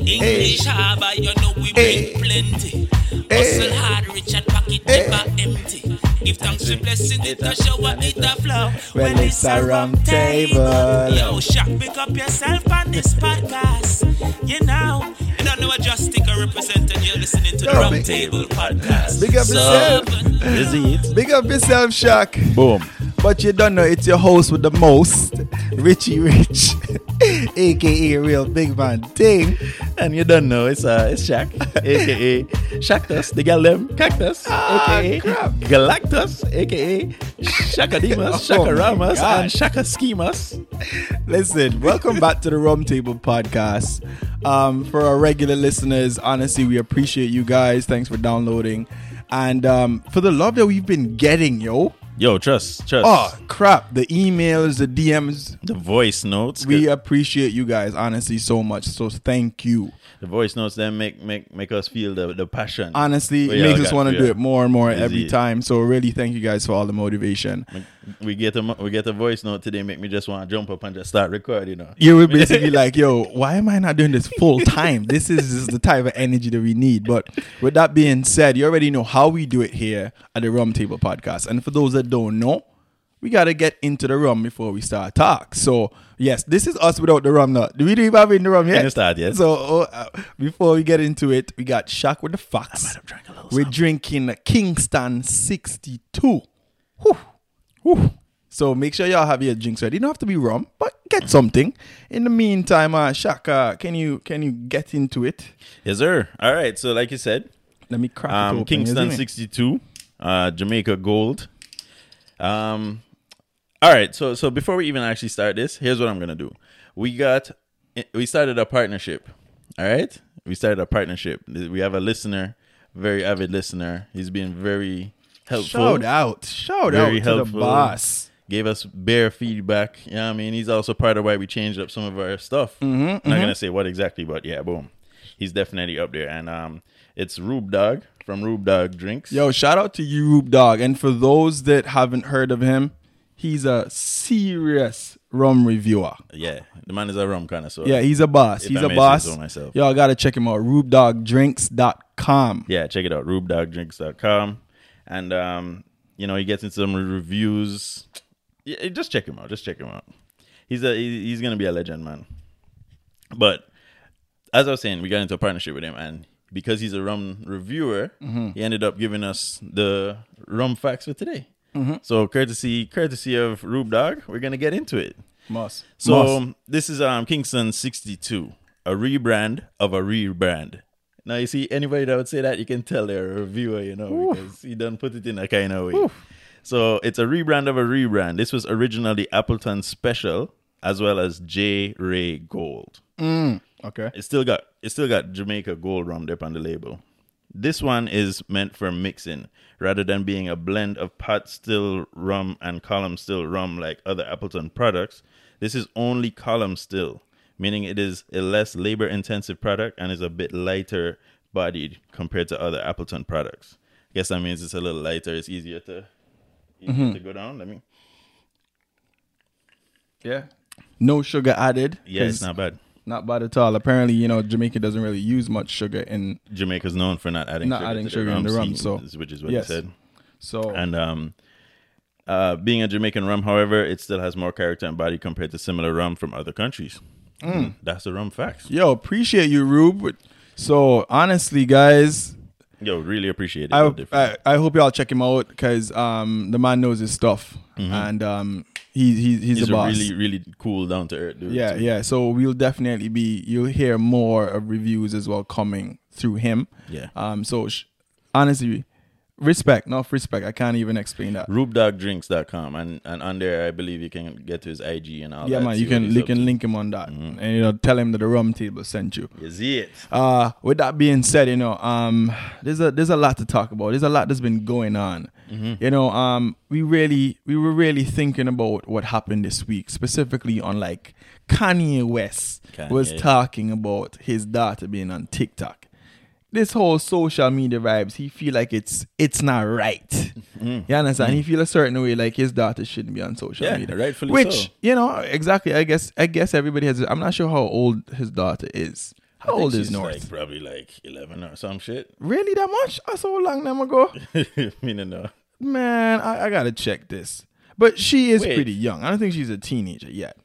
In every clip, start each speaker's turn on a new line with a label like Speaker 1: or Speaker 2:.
Speaker 1: English harbor, you know we
Speaker 2: Hey.
Speaker 1: make plenty. Hustle hard, rich and pocket never empty. Give thanks and blessing, it a shower, it a flow.
Speaker 2: Well, it's a round table.
Speaker 1: Yo, Shaq, pick up yourself on this podcast. You know, you don't know I just stick a representing. You're listening to the
Speaker 2: Yo,
Speaker 1: round
Speaker 2: big-
Speaker 1: table podcast.
Speaker 2: Big up yourself.
Speaker 3: Busy it.
Speaker 2: Big up yourself, Shaq.
Speaker 3: Boom.
Speaker 2: But you don't know it's your host with the most, Richie Rich, aka Real Big Man Ting.
Speaker 3: And you don't know, it's uh, it's Shaq, aka Shactus, the girl them Cactus, aka
Speaker 2: Ah, crap.
Speaker 3: Galactus, aka Shakadimus,
Speaker 2: Oh my
Speaker 3: Shakaramas,
Speaker 2: God.
Speaker 3: and Shakaschemas.
Speaker 2: Listen, welcome back to the Rum Table Podcast. Um, for our regular listeners, honestly, we appreciate you guys. Thanks for downloading. And um, for the love that we've been getting, yo.
Speaker 3: Yo, trust, trust.
Speaker 2: Oh, crap. The emails, the DMs.
Speaker 3: The voice notes,
Speaker 2: We appreciate you guys, honestly, so much. So thank you.
Speaker 3: the voice notes, then make make make us feel the, the passion.
Speaker 2: Honestly,
Speaker 3: We
Speaker 2: it makes
Speaker 3: all
Speaker 2: us
Speaker 3: got-
Speaker 2: want
Speaker 3: we
Speaker 2: to do
Speaker 3: all-
Speaker 2: it more and more
Speaker 3: Is
Speaker 2: every
Speaker 3: it-
Speaker 2: time. So really, thank you guys for all the motivation.
Speaker 3: We get a mo- we get a voice note today, make me just want to jump up and just start recording. You know,
Speaker 2: you were basically like, yo, why am I not doing this full time? This is, this is the type of energy that we need. But with that being said, you already know how we do it here at the Rum Table Podcast. And for those that don't know, we got to get into the rum before we start talk. So, yes, this is us without the rum now. Do we even have in the rum yet?
Speaker 3: Can you start yet?
Speaker 2: So, oh, uh, before we get into it, we got Shock with the Fox. We're drinking Kingston 62. Whew. Whew. So make sure y'all have your drinks ready. You don't have to be rum, but get something. In the meantime, uh, Shaka, can you can you get into it?
Speaker 3: yes, sir. All right, so like you said,
Speaker 2: Let me crack it
Speaker 3: um,
Speaker 2: open.
Speaker 3: Kingston
Speaker 2: isn't it?
Speaker 3: 62, uh, Jamaica Gold. Um, all right, so so before we even actually start this, here's what I'm gonna do. We got we started a partnership. All right, we started a partnership. We have a listener, very avid listener. He's been very helpful.
Speaker 2: Shout out, shout
Speaker 3: Very
Speaker 2: out Oh, to the
Speaker 3: helpful.
Speaker 2: boss.
Speaker 3: Gave us bare feedback. Yeah, I mean, he's also part of why we changed up some of our stuff.
Speaker 2: Mm-hmm,
Speaker 3: I'm not gonna say what exactly, but yeah, boom, he's definitely up there. And um, it's Rube Dog from Rube Dog Drinks.
Speaker 2: Yo, shout out to you, Rube Dog. And for those that haven't heard of him, he's a serious rum reviewer.
Speaker 3: Yeah, the man is a rum connoisseur.
Speaker 2: Yeah, he's a boss.
Speaker 3: If
Speaker 2: he's
Speaker 3: I
Speaker 2: a
Speaker 3: may say
Speaker 2: boss.
Speaker 3: so myself.
Speaker 2: Y'all gotta check him out. RubeDogDrinks.com.
Speaker 3: yeah. Check it out, RubeDogDrinks.com, and um, you know he gets into some reviews. Yeah, just check him out. Just check him out. He's a he- he's gonna be a legend, man. But as I was saying, we got into a partnership with him, and because he's a rum reviewer, he ended up giving us the rum facts for today. So courtesy courtesy of Rube Dog, we're gonna get into it.
Speaker 2: Must.
Speaker 3: So
Speaker 2: Must.
Speaker 3: this is um Kingston 62, a rebrand of a rebrand. Now you see anybody that would say that, you can tell they're a reviewer, you know, because he done put it in a kind of way. So it's a rebrand of a rebrand. This was originally Appleton Special as well as J Ray Gold.
Speaker 2: okay.
Speaker 3: It still got it still got Jamaica Gold rum dip on the label. This one is meant for mixing rather than being a blend of pot still rum and column still rum like other Appleton products. This is only column still, meaning it is a less labor intensive product and is a bit lighter bodied compared to other Appleton products. I guess that means it's a little lighter, it's easier to, easier
Speaker 2: Mm-hmm.
Speaker 3: to go down. Let me.
Speaker 2: Yeah. No sugar added.
Speaker 3: Yeah, it's
Speaker 2: 'cause
Speaker 3: not bad.
Speaker 2: not bad at all. Apparently, you know, Jamaica doesn't really use much sugar in
Speaker 3: Jamaica's known for not adding
Speaker 2: Not
Speaker 3: sugar
Speaker 2: adding
Speaker 3: to
Speaker 2: sugar
Speaker 3: their
Speaker 2: in the rum,
Speaker 3: scene,
Speaker 2: so-
Speaker 3: which is what
Speaker 2: yes.
Speaker 3: he said.
Speaker 2: so
Speaker 3: And um, uh, being a Jamaican rum, however, it still has more character and body compared to similar rum from other countries. Mm, That's the rum facts.
Speaker 2: yo, appreciate you, Rube. So honestly, guys,
Speaker 3: Yo, really appreciate it.
Speaker 2: I, uh,
Speaker 3: Yo, different.
Speaker 2: I I hope y'all check him out because um the man knows his stuff and um he, he he's,
Speaker 3: Mm-hmm. He's
Speaker 2: a
Speaker 3: a
Speaker 2: boss.
Speaker 3: really, really cool, down to earth dude.
Speaker 2: yeah,
Speaker 3: too.
Speaker 2: yeah. So we'll definitely be you'll hear more of reviews as well coming through him.
Speaker 3: Yeah.
Speaker 2: Um. So sh- honestly, respect, not respect. I can't even explain that.
Speaker 3: RubeDogDrinks.com and and on there I believe you can get to his IG and all
Speaker 2: yeah,
Speaker 3: that.
Speaker 2: man.
Speaker 3: see
Speaker 2: You
Speaker 3: what
Speaker 2: can
Speaker 3: he's
Speaker 2: you
Speaker 3: up
Speaker 2: can
Speaker 3: to. Mm-hmm.
Speaker 2: link him on that and you know tell him that the rum table sent you.
Speaker 3: You see it.
Speaker 2: Uh, with that being said, you know, um, there's a there's a lot to talk about. There's a lot that's been going on.
Speaker 3: Mm-hmm.
Speaker 2: You know, um, we really we were really thinking about what happened this week, specifically on like Kanye West was
Speaker 3: Kanye.
Speaker 2: talking about his daughter being on TikTok. This whole social media vibes, he feel like it's it's not right. You understand? He feel a certain way, like his daughter shouldn't be on social
Speaker 3: Mm-hmm. Yeah,
Speaker 2: media,
Speaker 3: rightfully
Speaker 2: Which
Speaker 3: so.
Speaker 2: you know exactly. I guess I guess everybody has. I'm not sure how old his daughter is. How
Speaker 3: I think
Speaker 2: old is
Speaker 3: she's,
Speaker 2: North?
Speaker 3: Like, probably like eleven or some shit.
Speaker 2: Really that much? That's so long them ago.
Speaker 3: Meaning no.
Speaker 2: Man, I, I gotta check this. But she is
Speaker 3: Wait.
Speaker 2: pretty young. I don't think she's a teenager yet.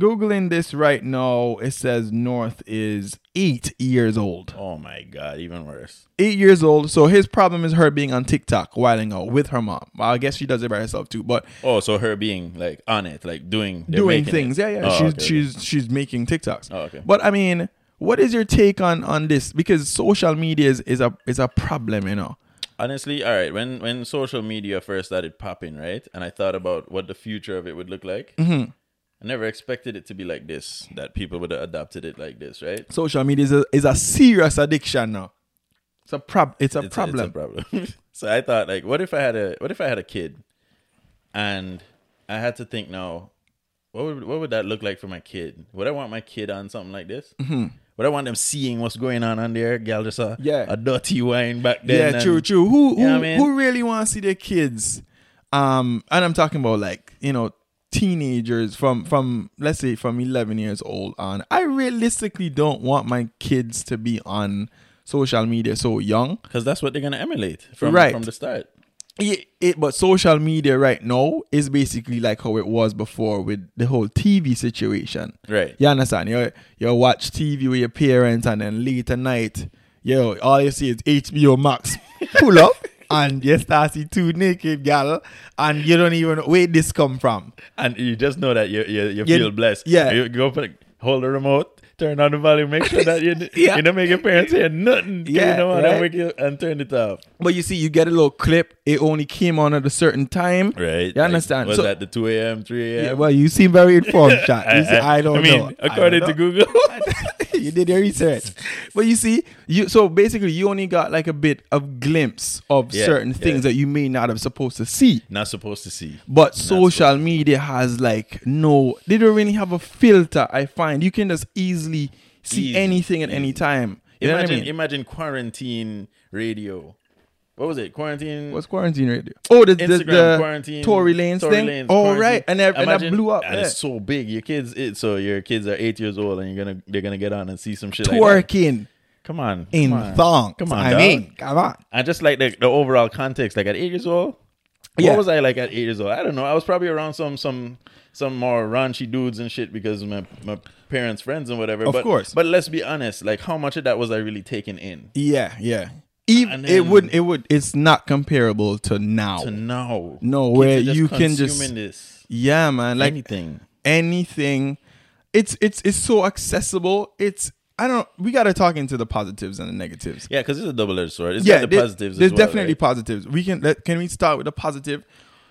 Speaker 2: Googling this right now, it says North is eight years old.
Speaker 3: Oh my god, even worse.
Speaker 2: Eight years old. So his problem is her being on TikTok whiling out with her mom. Well, I guess she does it by herself too, but
Speaker 3: Oh, so her being like on it, like doing they're
Speaker 2: doing
Speaker 3: making it.
Speaker 2: things. Yeah, yeah.
Speaker 3: Oh,
Speaker 2: she's
Speaker 3: okay,
Speaker 2: she's she's making TikToks.
Speaker 3: Oh, okay.
Speaker 2: But I mean, what is your take on on this? Because social media is, is a is a problem, you know.
Speaker 3: honestly all right when when social media first started popping right and i thought about what the future of it would look like
Speaker 2: Mm-hmm.
Speaker 3: i never expected it to be like this that people would have adopted it like this right
Speaker 2: social media is a, is a serious addiction now. It's a prob. It's a
Speaker 3: It's a-
Speaker 2: problem.
Speaker 3: it's a problem so i thought like what if i had a what if i had a kid and i had to think now what would what would that look like for my kid would i want my kid on something like this would i want them seeing what's going on on there gal just a,
Speaker 2: Mm-hmm. Yeah.
Speaker 3: a dirty wine back
Speaker 2: yeah,
Speaker 3: then um, and-
Speaker 2: true, true. Who who,
Speaker 3: Yeah, I mean-
Speaker 2: who really wants to see their kids? Um, and I'm talking about like you know teenagers from from let's say from 11 years old on. I realistically don't want my kids to be on social media so young.
Speaker 3: because that's what they're gonna emulate from
Speaker 2: Right.
Speaker 3: from the start
Speaker 2: It, it, but social media right now is basically like how it was before with the whole TV situation.
Speaker 3: Right.
Speaker 2: You understand? You you watch TV with your parents, and then late at night, yo, all you see is HBO Max. Pull up, and you start see two naked gal, and you don't even where this come from.
Speaker 3: and you just know that you you, you
Speaker 2: Yeah,
Speaker 3: feel blessed.
Speaker 2: yeah.
Speaker 3: you go for the, hold the remote, turn on the volume, make sure that you
Speaker 2: Yeah.
Speaker 3: you don't make your parents hear nothing.
Speaker 2: Yeah,
Speaker 3: you know, and
Speaker 2: right.
Speaker 3: then wake you and turn it off.
Speaker 2: But you see, you get a little clip. It only came on at a certain time.
Speaker 3: Right,
Speaker 2: You understand?
Speaker 3: Was
Speaker 2: so,
Speaker 3: that the two a.m., three a.m.?
Speaker 2: yeah, well, you seem very informed, chat. You see, I, don't
Speaker 3: I mean,
Speaker 2: know. I don't
Speaker 3: according to
Speaker 2: know.
Speaker 3: Google,
Speaker 2: you did your research. But you see, you so basically you only got like a bit of glimpse of
Speaker 3: Yeah,
Speaker 2: certain things
Speaker 3: yeah.
Speaker 2: that you may not have supposed to see.
Speaker 3: not supposed to see.
Speaker 2: But social media has like no they don't really have a filter, I find. You can just easily see
Speaker 3: Easy,
Speaker 2: anything at any time. You know
Speaker 3: imagine,
Speaker 2: what I mean?
Speaker 3: imagine quarantine radio. What was it? Quarantine.
Speaker 2: What's quarantine radio? Oh, the, the,
Speaker 3: Instagram
Speaker 2: the
Speaker 3: quarantine.
Speaker 2: Tory Lanez
Speaker 3: Tory
Speaker 2: thing.
Speaker 3: Lanez
Speaker 2: oh,
Speaker 3: quarantine.
Speaker 2: right, and that, and that
Speaker 3: Imagine-
Speaker 2: blew up.
Speaker 3: And
Speaker 2: yeah.
Speaker 3: it's so big. Your kids, it, so your kids are eight years old, and you're gonna they're gonna get on and see some shit. Like that.
Speaker 2: Twerking
Speaker 3: Come on,
Speaker 2: in
Speaker 3: come on.
Speaker 2: thongs.
Speaker 3: Come on,
Speaker 2: I
Speaker 3: dog.
Speaker 2: mean, come on.
Speaker 3: I just like the, the overall context. Like at eight years old,
Speaker 2: Yeah.
Speaker 3: what was I like at eight years old? I don't know. I was probably around some some some more raunchy dudes and shit because my my parents' friends and whatever.
Speaker 2: Of
Speaker 3: but,
Speaker 2: course.
Speaker 3: But let's be honest. Like how much of that was I really taking in?
Speaker 2: Yeah, yeah. Even
Speaker 3: And
Speaker 2: it
Speaker 3: then-
Speaker 2: would it would it's not comparable to now.
Speaker 3: To know,
Speaker 2: No,
Speaker 3: Kids are
Speaker 2: where
Speaker 3: just
Speaker 2: you can just-
Speaker 3: consuming this
Speaker 2: yeah, man. Like
Speaker 3: anything.
Speaker 2: anything. It's it's it's so accessible. It's I don't we gotta talk into the positives and the negatives.
Speaker 3: Yeah, because it's a double edged sword. It's
Speaker 2: Yeah,
Speaker 3: got the
Speaker 2: there-
Speaker 3: positives.
Speaker 2: There's
Speaker 3: as well,
Speaker 2: definitely
Speaker 3: right?
Speaker 2: positives. We can let, can we start with the positive?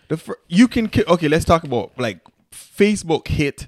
Speaker 2: The fir- you can ki- okay. Let's talk about like Facebook hit,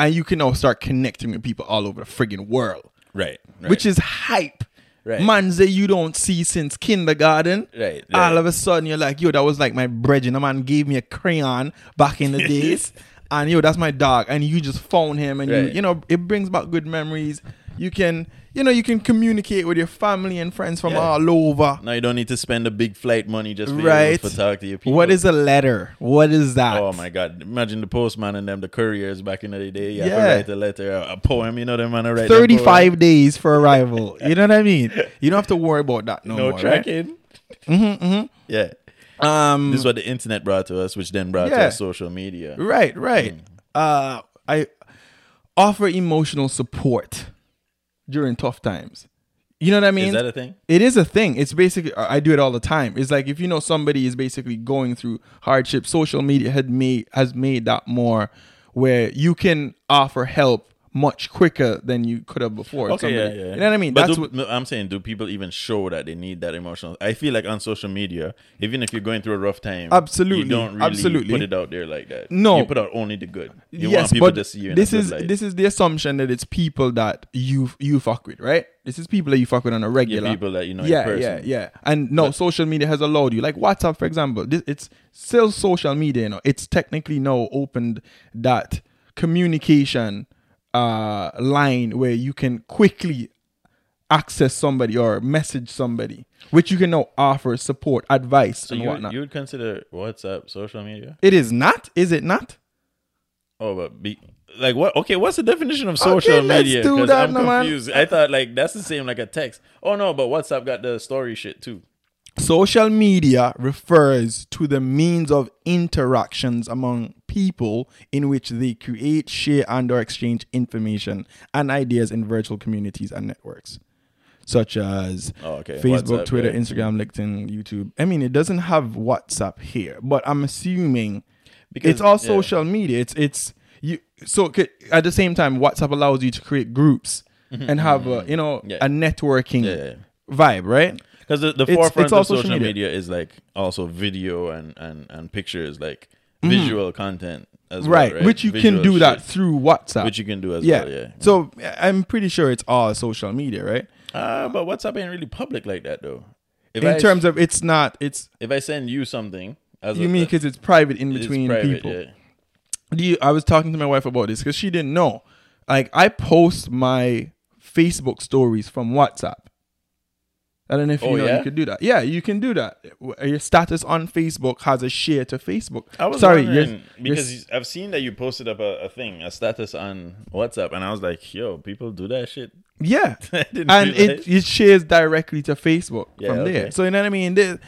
Speaker 2: and you can now start connecting with people all over the friggin' world,
Speaker 3: right, right.
Speaker 2: which is hype.
Speaker 4: Right.
Speaker 2: Man say you don't see since kindergarten.
Speaker 4: Right, right.
Speaker 2: All of a sudden you're like, yo, that was like my brethren. A man gave me a crayon back in the days. and yo, that's my dog. And you just phone him and you
Speaker 4: Right.
Speaker 2: you know, it brings back good memories. You can you know, you can communicate with your family and friends from
Speaker 3: Yeah.
Speaker 2: all over.
Speaker 3: Now you don't need to spend the big flight money just for
Speaker 2: Right.
Speaker 3: right. to talk to your people.
Speaker 2: What is a letter? What is that?
Speaker 3: Oh my God! Imagine the postman and them, the couriers back in the day. You yeah,
Speaker 2: Yeah.
Speaker 3: write a letter, a a poem. You know them man, write them poem.
Speaker 2: 35 days for arrival. You know what I mean? You don't have to worry about that no,
Speaker 3: No
Speaker 2: more. right? Mm-hmm,
Speaker 3: tracking. Yeah,
Speaker 2: Um,
Speaker 3: this is what the internet brought to us, which then brought
Speaker 2: Yeah.
Speaker 3: to us social media.
Speaker 2: Right, right. Uh, I offer emotional support during tough times. You know what I mean?
Speaker 3: Is that a thing?
Speaker 2: It is a thing. It's basically I I do it all the time. It's like if you know somebody is basically going through hardship, social media had made has made that more where you can offer help much quicker than you could have before. if somebody- You know what I mean?
Speaker 3: But
Speaker 2: That's
Speaker 3: do-
Speaker 2: what
Speaker 3: no, I'm saying. Do people even show that they need that emotional? I feel like on social media, even if you're going through a rough time,
Speaker 2: Absolutely,
Speaker 3: you don't really
Speaker 2: absolutely.
Speaker 3: put it out there like that.
Speaker 2: No.
Speaker 3: you put out only the good. You want people to see you. In
Speaker 2: this
Speaker 3: a good
Speaker 2: is
Speaker 3: light.
Speaker 2: this is the assumption that it's people that you you fuck with, right? This is people that you fuck with on a regular.
Speaker 3: people that you know in
Speaker 2: Yeah,
Speaker 3: person.
Speaker 2: yeah, yeah. And no, social media has allowed you, like WhatsApp, for example. This, it's still social media. You know, it's technically now opened that communication uh line where you can quickly access somebody or message somebody, which you can now offer support, advice,
Speaker 3: So
Speaker 2: and
Speaker 3: you would,
Speaker 2: whatnot.
Speaker 3: you would consider WhatsApp social media?
Speaker 2: it is not, is it not?
Speaker 3: Oh, but be, like what? Okay, what's the definition of social
Speaker 2: Okay, let's
Speaker 3: media?
Speaker 2: do
Speaker 3: 'Cause
Speaker 2: that,
Speaker 3: I'm
Speaker 2: no, man.
Speaker 3: confused. I thought like that's the same like a text. Oh no, but WhatsApp got the story shit too.
Speaker 2: Social media refers to the means of interactions among people in which they create, share, and or exchange information and ideas in virtual communities and networks. Such as
Speaker 3: Oh, okay.
Speaker 2: Facebook,
Speaker 3: WhatsApp,
Speaker 2: Twitter,
Speaker 3: yeah.
Speaker 2: Instagram, LinkedIn, YouTube. I mean, it doesn't have WhatsApp here, but I'm assuming
Speaker 3: Because-
Speaker 2: it's all
Speaker 3: yeah.
Speaker 2: social media. It's it's you. So c- at the same time, WhatsApp allows you to create groups and have a, you know
Speaker 3: Mm-hmm. Yeah.
Speaker 2: a networking
Speaker 3: Yeah, yeah,
Speaker 2: vibe, right?
Speaker 3: Because the, the
Speaker 2: It's-
Speaker 3: forefront
Speaker 2: it's all
Speaker 3: of
Speaker 2: social
Speaker 3: social,
Speaker 2: media.
Speaker 3: media. is like also video and and and pictures, like visual content as
Speaker 2: Mm-hmm. right,
Speaker 3: well, right?
Speaker 2: which you can
Speaker 3: Visual
Speaker 2: do that
Speaker 3: shit.
Speaker 2: through WhatsApp.
Speaker 3: Which you can do as
Speaker 2: yeah.
Speaker 3: well, yeah.
Speaker 2: So I'm pretty sure it's all social media, right?
Speaker 3: Ah, but WhatsApp ain't really public like that though. If
Speaker 2: In
Speaker 3: I,
Speaker 2: terms of it's not. It's
Speaker 3: if I send you something, as
Speaker 2: you
Speaker 3: a- uh,
Speaker 2: mean because it's private in
Speaker 3: it's
Speaker 2: between
Speaker 3: private,
Speaker 2: people.
Speaker 3: yeah.
Speaker 2: Do you, I was talking to my wife about this because she didn't know. Like I post my Facebook stories from WhatsApp. I don't know if you
Speaker 3: Oh,
Speaker 2: know
Speaker 3: yeah?
Speaker 2: you could do that. Yeah, you can do that. Your status on Facebook has a share to Facebook.
Speaker 3: I was
Speaker 2: Sorry,
Speaker 3: sorry
Speaker 2: your- your
Speaker 3: because I've seen that you posted up a, a thing, a status on WhatsApp, and I was like, "Yo, people do that shit."
Speaker 2: Yeah.
Speaker 3: I didn't
Speaker 2: and it,
Speaker 3: realize.
Speaker 2: it shares directly to Facebook
Speaker 3: Yeah,
Speaker 2: from there.
Speaker 3: okay.
Speaker 2: So you know what I mean? There-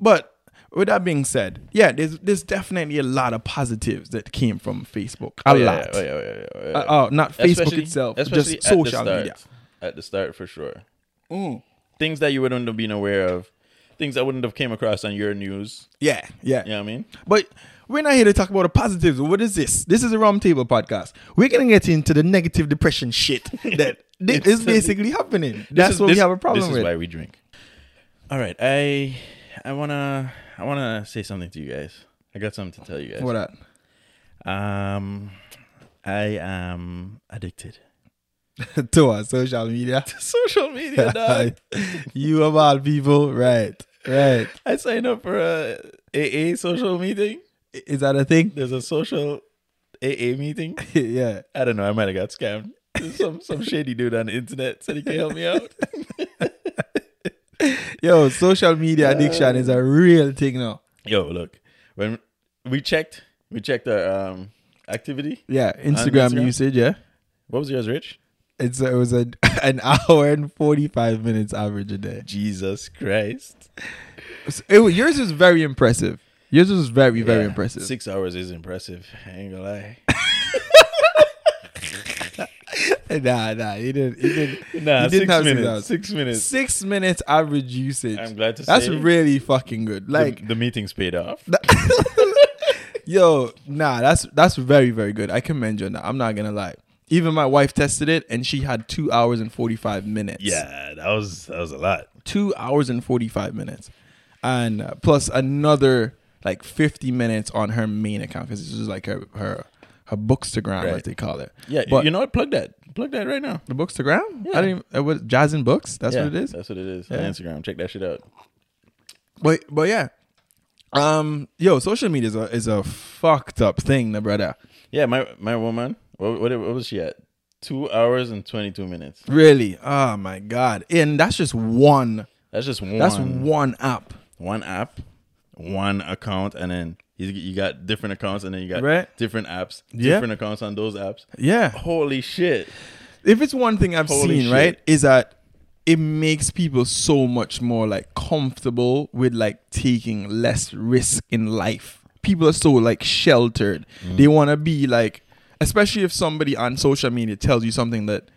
Speaker 2: but with that being said, yeah, there's there's definitely a lot of positives that came from Facebook. A
Speaker 3: yeah,
Speaker 2: lot.
Speaker 3: yeah, oh, yeah, yeah, oh, yeah,
Speaker 2: Uh,
Speaker 3: yeah.
Speaker 2: oh, not Facebook
Speaker 3: Especially-
Speaker 2: itself, just
Speaker 3: especially at the
Speaker 2: social
Speaker 3: start.
Speaker 2: media. Mm.
Speaker 3: At the start, for sure. Things that you wouldn't have been aware of, things that wouldn't have came across on your news.
Speaker 2: Yeah, yeah.
Speaker 3: You know what I mean?
Speaker 2: But we're not here to talk about the positives. What is this? This is a roundtable podcast. We're gonna get into the negative depression shit that thi- is basically happening. That's
Speaker 3: is-
Speaker 2: what
Speaker 3: this-
Speaker 2: we have a problem
Speaker 3: This
Speaker 2: with.
Speaker 3: is why we drink. All right, I I wanna I wanna say something to you guys. I got something to tell you guys.
Speaker 2: What up?
Speaker 3: Um, I am addicted.
Speaker 2: to our social media.
Speaker 3: Social media, dog.
Speaker 2: you of all people, right? Right.
Speaker 3: I signed up for a AA social meeting.
Speaker 2: Is that a thing?
Speaker 3: There's a social AA meeting.
Speaker 2: yeah.
Speaker 3: I don't know. I might have got scammed. There's some some shady dude on the internet said he can help me out.
Speaker 2: Yo, social media addiction is
Speaker 3: Uh,
Speaker 2: a real thing now.
Speaker 3: Yo, look, when we checked, we checked our um activity.
Speaker 2: Yeah, Instagram,
Speaker 3: Instagram?
Speaker 2: usage. Yeah,
Speaker 3: What was yours, Rich?
Speaker 2: it's it was a, an hour and forty five minutes average a day.
Speaker 3: Jesus Christ!
Speaker 2: So It, wa- yours is very impressive. Yours was very very
Speaker 3: Yeah,
Speaker 2: impressive.
Speaker 3: Six hours is impressive. I ain't gonna lie.
Speaker 2: Nah, nah, you didn't. You didn't.
Speaker 3: Nah,
Speaker 2: you didn't
Speaker 3: six
Speaker 2: have
Speaker 3: minutes,
Speaker 2: hours.
Speaker 3: six minutes.
Speaker 2: Six minutes average usage.
Speaker 3: I'm glad to
Speaker 2: That's
Speaker 3: say-
Speaker 2: really fucking good. Like
Speaker 3: the, the meeting's paid off.
Speaker 2: Yo, nah, that's that's very very good. I commend you on that. I'm not gonna lie. Even my wife tested it, and she had two hours and forty five minutes.
Speaker 3: yeah, that was that was a lot.
Speaker 2: two hours and forty five minutes, and uh, plus another like fifty minutes on her main account because this is like her her her bookstagram as
Speaker 3: Right.
Speaker 2: they call it.
Speaker 3: Yeah,
Speaker 2: but
Speaker 3: you know what? Plug that. Plug that right now.
Speaker 2: the bookstagram.
Speaker 3: Yeah.
Speaker 2: I didn't. It was jazz and books. That's
Speaker 3: yeah,
Speaker 2: what it is.
Speaker 3: That's what it is.
Speaker 2: Yeah.
Speaker 3: On Instagram. Check that shit out.
Speaker 2: But but yeah, um, yo, social media is a is a fucked up thing, the brother.
Speaker 3: Yeah, my my woman. What, what, what was she at? Two hours and twenty two minutes.
Speaker 2: Really. Oh my god. And that's just one.
Speaker 3: That's just one.
Speaker 2: That's one app.
Speaker 3: one app, one account, and then you- you got different accounts, and then you got
Speaker 2: Right.
Speaker 3: different apps,
Speaker 2: Yeah.
Speaker 3: different accounts on those apps.
Speaker 2: Yeah.
Speaker 3: Holy shit!
Speaker 2: If it's one thing I've
Speaker 3: Holy
Speaker 2: seen,
Speaker 3: shit.
Speaker 2: right, is that it makes people so much more like comfortable with like taking less risk in life. People are so like sheltered.
Speaker 3: Mm.
Speaker 2: They want to be like, especially if somebody on social media tells you something that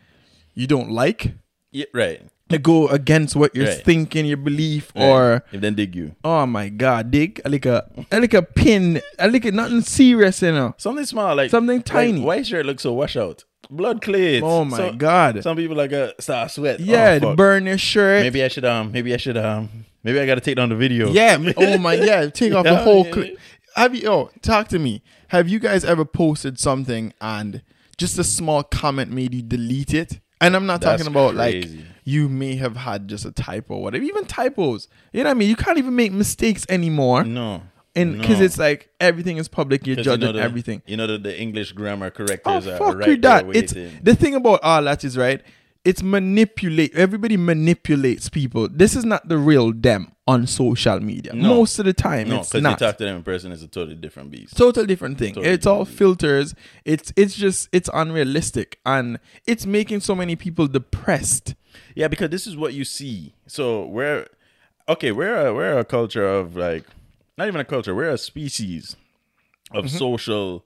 Speaker 2: you don't like,
Speaker 3: Yeah, right.
Speaker 2: that go against what you're
Speaker 3: Right.
Speaker 2: thinking, your belief, or
Speaker 3: if then dig you
Speaker 2: oh my god, dig like a like a pin, like a nothing serious, you know.
Speaker 3: something small, like
Speaker 2: Something
Speaker 3: like,
Speaker 2: tiny.
Speaker 3: why shirt look so wash out? Blood cleats.
Speaker 2: Oh my God.
Speaker 3: Some people like uh, start sweat.
Speaker 2: Yeah,
Speaker 3: Oh, fuck.
Speaker 2: burn your shirt.
Speaker 3: Maybe I should um. Maybe I should um. Maybe I gotta take down the video.
Speaker 2: Yeah. Oh my. Yeah. Take off the
Speaker 3: Yeah,
Speaker 2: whole
Speaker 3: yeah,
Speaker 2: clip.
Speaker 3: yeah.
Speaker 2: Have you? Oh, talk to me. Have you guys ever posted something and just a small comment made you delete it? And I'm not
Speaker 3: That's
Speaker 2: talking about
Speaker 3: crazy.
Speaker 2: like you may have had just a typo, or whatever. Even typos. You know what I mean? You can't even make mistakes anymore.
Speaker 3: No.
Speaker 2: And because
Speaker 3: no.
Speaker 2: it's like everything is public, you're
Speaker 3: 'Cause
Speaker 2: judging
Speaker 3: the,
Speaker 2: everything.
Speaker 3: You know the, the English grammar
Speaker 2: Oh
Speaker 3: correctors are
Speaker 2: fuck
Speaker 3: right
Speaker 2: with
Speaker 3: there
Speaker 2: that! It's
Speaker 3: waiting.
Speaker 2: the thing about all that is right. It's manipulate. Everybody manipulates people. This is not the real them on social media.
Speaker 3: No.
Speaker 2: Most of the time,
Speaker 3: no,
Speaker 2: it's
Speaker 3: because you
Speaker 2: not.
Speaker 3: talk to them in person, it's a totally different beast.
Speaker 2: Total different thing.
Speaker 3: Totally
Speaker 2: it's all filters. It's it's just it's unrealistic and it's making so many people depressed.
Speaker 3: Yeah, because this is what you see. So we're okay. We're a, we're a culture of like not even a culture. We're a species of
Speaker 2: Mm-hmm.
Speaker 3: social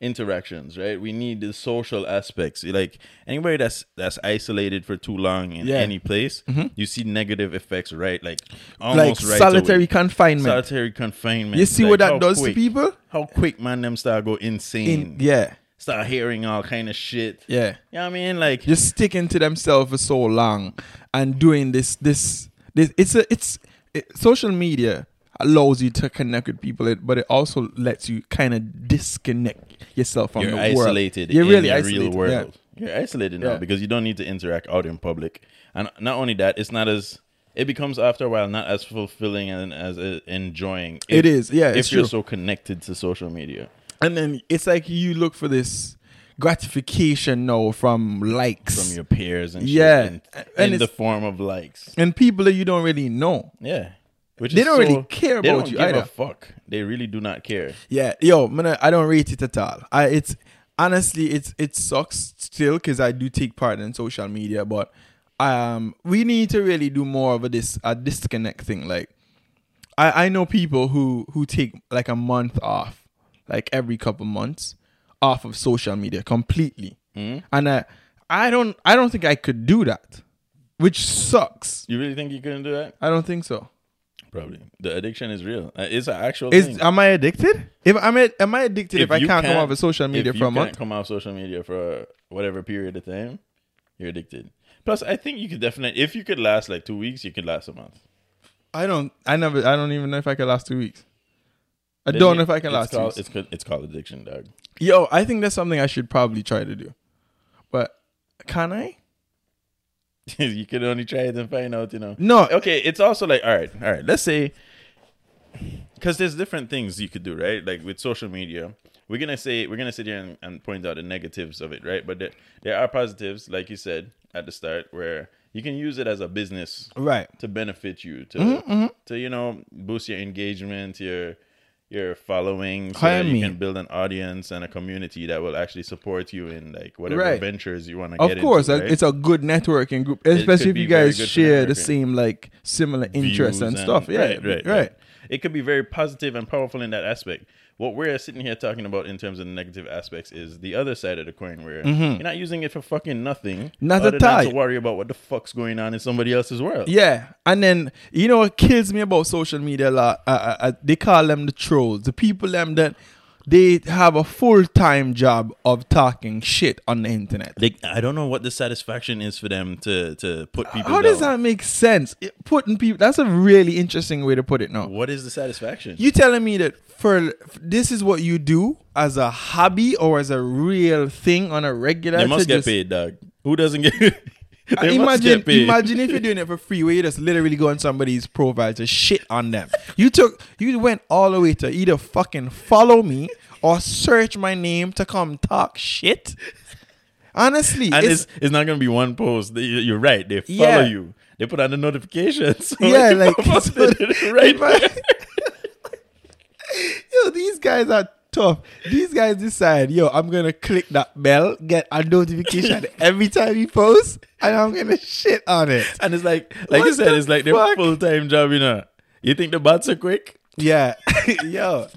Speaker 3: interactions, right? We need the social aspects. Like anybody that's that's isolated for too long in
Speaker 2: Yeah. Mm-hmm.
Speaker 3: any place, you see negative effects, right? Like
Speaker 2: Like
Speaker 3: almost right
Speaker 2: solitary
Speaker 3: away.
Speaker 2: confinement.
Speaker 3: Solitary confinement.
Speaker 2: You see
Speaker 3: Like,
Speaker 2: what that
Speaker 3: how
Speaker 2: does
Speaker 3: quick-
Speaker 2: to people?
Speaker 3: How quick man them start go insane.
Speaker 2: In, yeah.
Speaker 3: Start hearing all kind of shit.
Speaker 2: Yeah.
Speaker 3: You know what I mean? Like
Speaker 2: just sticking to themselves for so long and doing this this this it's a it's it, social media allows you to connect with people it- but it also lets you kind of disconnect yourself from
Speaker 3: you're
Speaker 2: the
Speaker 3: isolated
Speaker 2: world you're
Speaker 3: in
Speaker 2: really
Speaker 3: the
Speaker 2: isolated
Speaker 3: real
Speaker 2: yeah.
Speaker 3: world. You're isolated now
Speaker 2: Yeah.
Speaker 3: because you don't need to interact out in public. And not only that, it's not as it becomes after a while not as fulfilling and as uh, enjoying.
Speaker 2: It is, yeah,
Speaker 3: if
Speaker 2: it's
Speaker 3: you're
Speaker 2: true.
Speaker 3: so connected to social media,
Speaker 2: and then it's like you look for this gratification now from likes
Speaker 3: from your peers and
Speaker 2: Yeah,
Speaker 3: shit, in-
Speaker 2: and
Speaker 3: in,
Speaker 2: it's-
Speaker 3: the form of likes,
Speaker 2: and people that you don't really know
Speaker 3: yeah. Which
Speaker 2: They
Speaker 3: is
Speaker 2: don't really care
Speaker 3: they
Speaker 2: about
Speaker 3: don't
Speaker 2: you
Speaker 3: give
Speaker 2: either.
Speaker 3: A fuck, they really do not care.
Speaker 2: Yeah, yo, man, I- I don't rate it at all. I it's honestly it's it sucks still because I do take part in social media, but um, we need to really do more of a dis a disconnect thing. Like, I I know people who who take like a month off, like every couple months, off of social media completely,
Speaker 3: Mm-hmm.
Speaker 2: and I I don't I don't think I could do that, which sucks.
Speaker 3: You really think you couldn't do that?
Speaker 2: I don't think so.
Speaker 3: Probably. The addiction is real. Uh, It's an actual
Speaker 2: Is
Speaker 3: thing.
Speaker 2: am I addicted? If I'm a- am I addicted if, I
Speaker 3: you
Speaker 2: can't, come off of social media
Speaker 3: if
Speaker 2: for
Speaker 3: you
Speaker 2: a month?
Speaker 3: can't come off social media for uh, whatever period of time, you're addicted. Plus, I think you could definitely, if you could last like two weeks, you could last a month.
Speaker 2: I don't. I never. I don't even know if I can last two weeks. I
Speaker 3: Then
Speaker 2: don't
Speaker 3: you-
Speaker 2: know if I can
Speaker 3: it's
Speaker 2: last two
Speaker 3: Called,
Speaker 2: weeks.
Speaker 3: it's, called, it's called addiction, dog.
Speaker 2: Yo, I think that's something I should probably try to do. But can I?
Speaker 3: you can only try it and find out, you know.
Speaker 2: No.
Speaker 3: Okay, it's also like, all right, all right, let's say, because there's different things you could do, right? Like with social media, we're going to say, we're going to sit here and, and point out the negatives of it, right? But there, there are positives, like you said at the start, where you can use it as a business
Speaker 2: Right. Mm-hmm,
Speaker 3: to benefit you to to you know boost your engagement your your following so
Speaker 2: Hire
Speaker 3: that you
Speaker 2: me.
Speaker 3: can build an audience and a community that will actually support you in like whatever
Speaker 2: Right.
Speaker 3: ventures you want to
Speaker 2: Of
Speaker 3: get
Speaker 2: course,
Speaker 3: into,
Speaker 2: a-
Speaker 3: right?
Speaker 2: it's a good networking group, especially if
Speaker 3: be
Speaker 2: you
Speaker 3: very
Speaker 2: guys
Speaker 3: good for
Speaker 2: share the
Speaker 3: networking.
Speaker 2: same like similar interests
Speaker 3: views
Speaker 2: and, stuff. Yeah.
Speaker 3: right, right, right. It could be very positive and powerful in that aspect. What we're sitting here talking about in terms of negative aspects is the other side of the coin, where you're not using it for fucking nothing,
Speaker 2: Mm-hmm. Not
Speaker 3: other
Speaker 2: at
Speaker 3: than
Speaker 2: all.
Speaker 3: to worry about what the fuck's going on in somebody else's world.
Speaker 2: Yeah, and then you know what kills me about social media a lot? Uh, uh, uh, they call them the trolls, the people them that They have a full time job of talking shit on the internet.
Speaker 3: They, I don't know what the satisfaction is for them to to put people.
Speaker 2: How does that
Speaker 3: down.
Speaker 2: make sense? It- putting people that's a really interesting way to put it now.
Speaker 3: What is the satisfaction?
Speaker 2: You telling me that for this is what you do as a hobby or as a real thing on a regular
Speaker 3: they
Speaker 2: to
Speaker 3: must get
Speaker 2: just-
Speaker 3: paid, dog. Who doesn't get? they must
Speaker 2: imagine,
Speaker 3: get paid.
Speaker 2: imagine if you're doing it for free, where you just literally go on somebody's profile to shit on them. You took, you went all the way to either fucking follow me or search my name to come talk shit. Honestly,
Speaker 3: and
Speaker 2: it's,
Speaker 3: it's, it's not gonna be one post. They- you- You're right. They follow
Speaker 2: Yeah.
Speaker 3: you. They put on the notifications. So
Speaker 2: yeah,
Speaker 3: they
Speaker 2: like
Speaker 3: posted it right.
Speaker 2: if I- yo, these guys are tough. These guys decide, yo, I'm gonna click that bell, get a notification every time you post, and I'm gonna shit on it.
Speaker 3: and it's like, like you
Speaker 2: What
Speaker 3: said,
Speaker 2: the
Speaker 3: it's like their
Speaker 2: fuck?
Speaker 3: full time job. You know, you think the bots are quick?
Speaker 2: Yeah. Yo,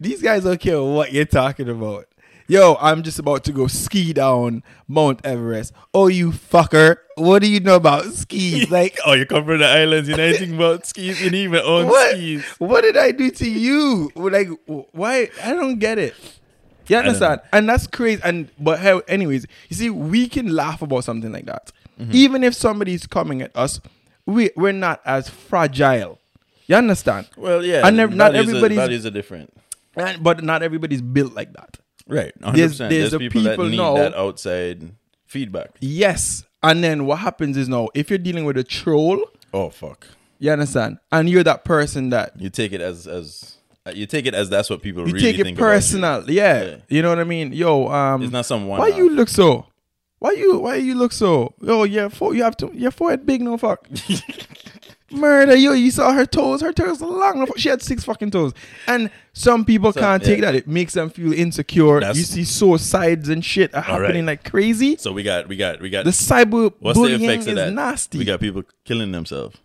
Speaker 2: these guys don't care what you're talking about. Yo, I'm just about to go ski down Mount Everest. Oh, you fucker. What do you know about skis? Like,
Speaker 3: oh, you come from the islands, you're not thinking about skis. You need even own
Speaker 2: what?
Speaker 3: skis.
Speaker 2: What did I do to you? Like, why? I don't get it. You
Speaker 3: know.
Speaker 2: understand? And that's crazy. And, but, hell, anyways, you see, we can laugh about something like that.
Speaker 3: Mm-hmm.
Speaker 2: Even if somebody's coming at us, we, we're not as fragile. You understand?
Speaker 3: Well, yeah,
Speaker 2: And nev- not
Speaker 3: values are-
Speaker 2: everybody's-
Speaker 3: values are different.
Speaker 2: And- but not everybody's built like that.
Speaker 3: Right. 100%.
Speaker 2: There's-
Speaker 3: There's,
Speaker 2: there's the
Speaker 3: people,
Speaker 2: people
Speaker 3: that need
Speaker 2: now-
Speaker 3: that outside feedback.
Speaker 2: Yes. And then what happens is now, if you're dealing with a troll,
Speaker 3: Oh fuck.
Speaker 2: you understand, and you're that person that
Speaker 3: You take it as as uh, you take it as that's what people
Speaker 2: you
Speaker 3: really
Speaker 2: take it
Speaker 3: think about you.
Speaker 2: personal. yeah. You know what I mean? Yo, um
Speaker 3: It's not some
Speaker 2: Why
Speaker 3: one-off.
Speaker 2: you look so? Why you why you look so? Yo, yeah, fo- you have to your forehead big no fuck. Murder, yo, you saw her toes. Her toes were long. no fuck. She had six fucking toes. And some people can't take
Speaker 3: yeah.
Speaker 2: that. It makes them feel insecure.
Speaker 3: That's-
Speaker 2: you see suicides and shit are
Speaker 3: All right.
Speaker 2: happening like crazy.
Speaker 3: So we got we got we got
Speaker 2: The cyber
Speaker 3: what's the
Speaker 2: bullying
Speaker 3: effects
Speaker 2: is
Speaker 3: of that?
Speaker 2: nasty.
Speaker 3: We got people killing themselves.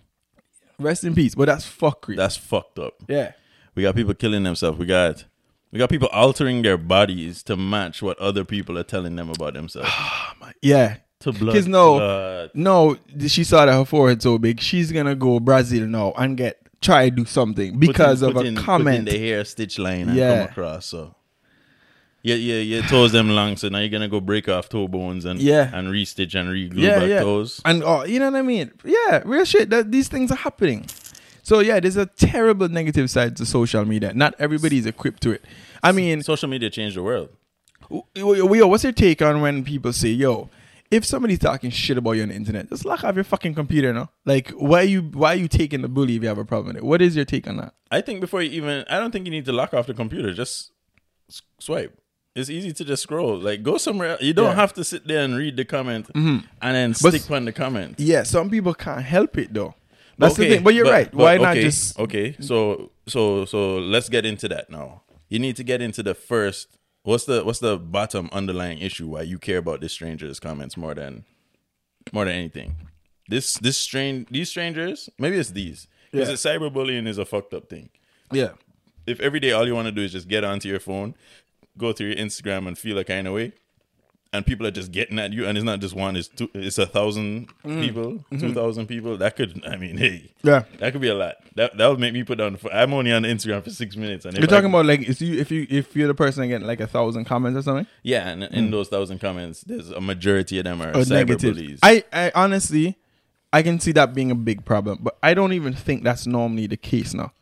Speaker 2: Rest in peace. But that's fuckery.
Speaker 3: That's fucked up.
Speaker 2: yeah.
Speaker 3: We got people killing themselves. We got we got people altering their bodies to match what other people are telling them about themselves.
Speaker 2: Yeah.
Speaker 3: to blood.
Speaker 2: Because no,
Speaker 3: blood.
Speaker 2: no, she saw that her forehead so big. She's gonna go Brazil now and get try to do something
Speaker 3: Put in-
Speaker 2: because of
Speaker 3: put
Speaker 2: a
Speaker 3: in- put in
Speaker 2: comment.
Speaker 3: the hair stitch line and
Speaker 2: Yeah.
Speaker 3: come across. So yeah, yeah, your toes them long, so now you're gonna go break off toe bones and
Speaker 2: Yeah.
Speaker 3: and re-stitch and re-glue
Speaker 2: yeah,
Speaker 3: back
Speaker 2: yeah,
Speaker 3: toes.
Speaker 2: and oh, you know what I mean? Yeah, real shit. That these things are happening. So yeah, there's a terrible negative side to social media. Not everybody is equipped to it. I mean,
Speaker 3: Social media changed the world.
Speaker 2: w- w- yo, what's your take on when people say, "Yo"? If somebody's talking shit about you on the internet, just lock off your fucking computer now. Like, why are you why are you taking the bully if you have a problem with it? What is your take on that?
Speaker 3: I think before you even, I don't think you need to lock off the computer. Just s- swipe. It's easy to just scroll. Like go somewhere. else. You don't
Speaker 2: Yeah. Mm-hmm.
Speaker 3: have to sit there and read the comment and then
Speaker 2: But
Speaker 3: stick on the comment.
Speaker 2: Yeah, some people can't help it though. That's
Speaker 3: Okay,
Speaker 2: the thing. But you're right. Why not
Speaker 3: okay, Oh,
Speaker 2: just
Speaker 3: okay? So so so let's get into that now. You need to get into the first. What's the what's the bottom underlying issue why you care about this stranger's comments more than more than anything? This this strange these strangers maybe it's these because
Speaker 2: Yeah.
Speaker 3: cyberbullying is a fucked up thing.
Speaker 2: yeah,
Speaker 3: If every day all you want to do is just get onto your phone, go through your Instagram and feel a kind of way, and people are just getting at you, and it's not just one, it's two, it's a thousand people, two thousand people. That could I mean hey
Speaker 2: Mm-hmm. yeah?
Speaker 3: that could be a lot. That that would make me put down. I'm only on Instagram for six minutes, and if
Speaker 2: You're
Speaker 3: I-
Speaker 2: talking about like if you if you if you're the person getting like a thousand comments or something
Speaker 3: yeah. And in those thousand comments, there's a majority of them are
Speaker 2: or
Speaker 3: cyber
Speaker 2: Mm. Oh, negative.
Speaker 3: bullies.
Speaker 2: I I honestly I can see that being a big problem, but I don't even think that's normally the case now.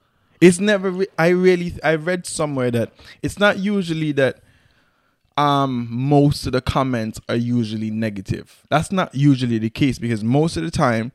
Speaker 2: It's never. Re- I really I read somewhere that it's not usually that. Um, most of the comments are usually negative. That's not usually the case because most of the time,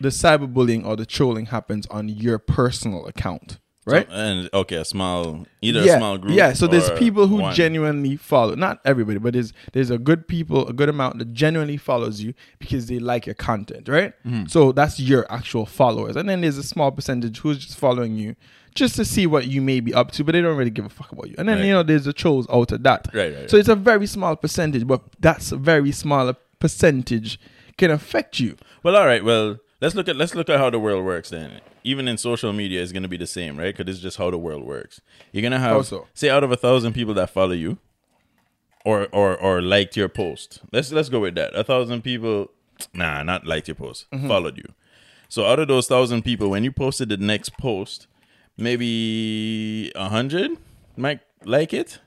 Speaker 2: the cyberbullying or the trolling happens on your personal account, right?
Speaker 3: and okay, a small either
Speaker 2: yeah,
Speaker 3: a small group.
Speaker 2: yeah. So there's
Speaker 3: or
Speaker 2: people who
Speaker 3: one.
Speaker 2: genuinely follow. Not everybody, but there's there's a good people, a good amount that genuinely follows you because they like your content, right?
Speaker 3: Mm-hmm.
Speaker 2: So that's your actual followers, and then there's a small percentage who's just following you just to see what you may be up to, but they don't really give a fuck about you. And then
Speaker 3: Right.
Speaker 2: you know there's the trolls out of that,
Speaker 3: Right, right,
Speaker 2: So
Speaker 3: right.
Speaker 2: it's a very small percentage, but that's a very small percentage can affect you.
Speaker 3: Well, all right. Well, let's look at let's look at how the world works. Then, even in social media, is going to be the same, right? Because it's just how the world works. You're gonna have
Speaker 2: Also.
Speaker 3: say out of a thousand people that follow you, or or or liked your post. Let's let's go with that. A thousand people, nah, not liked your post, followed you. So out of those thousand people, when you posted the next post, maybe a hundred might like it.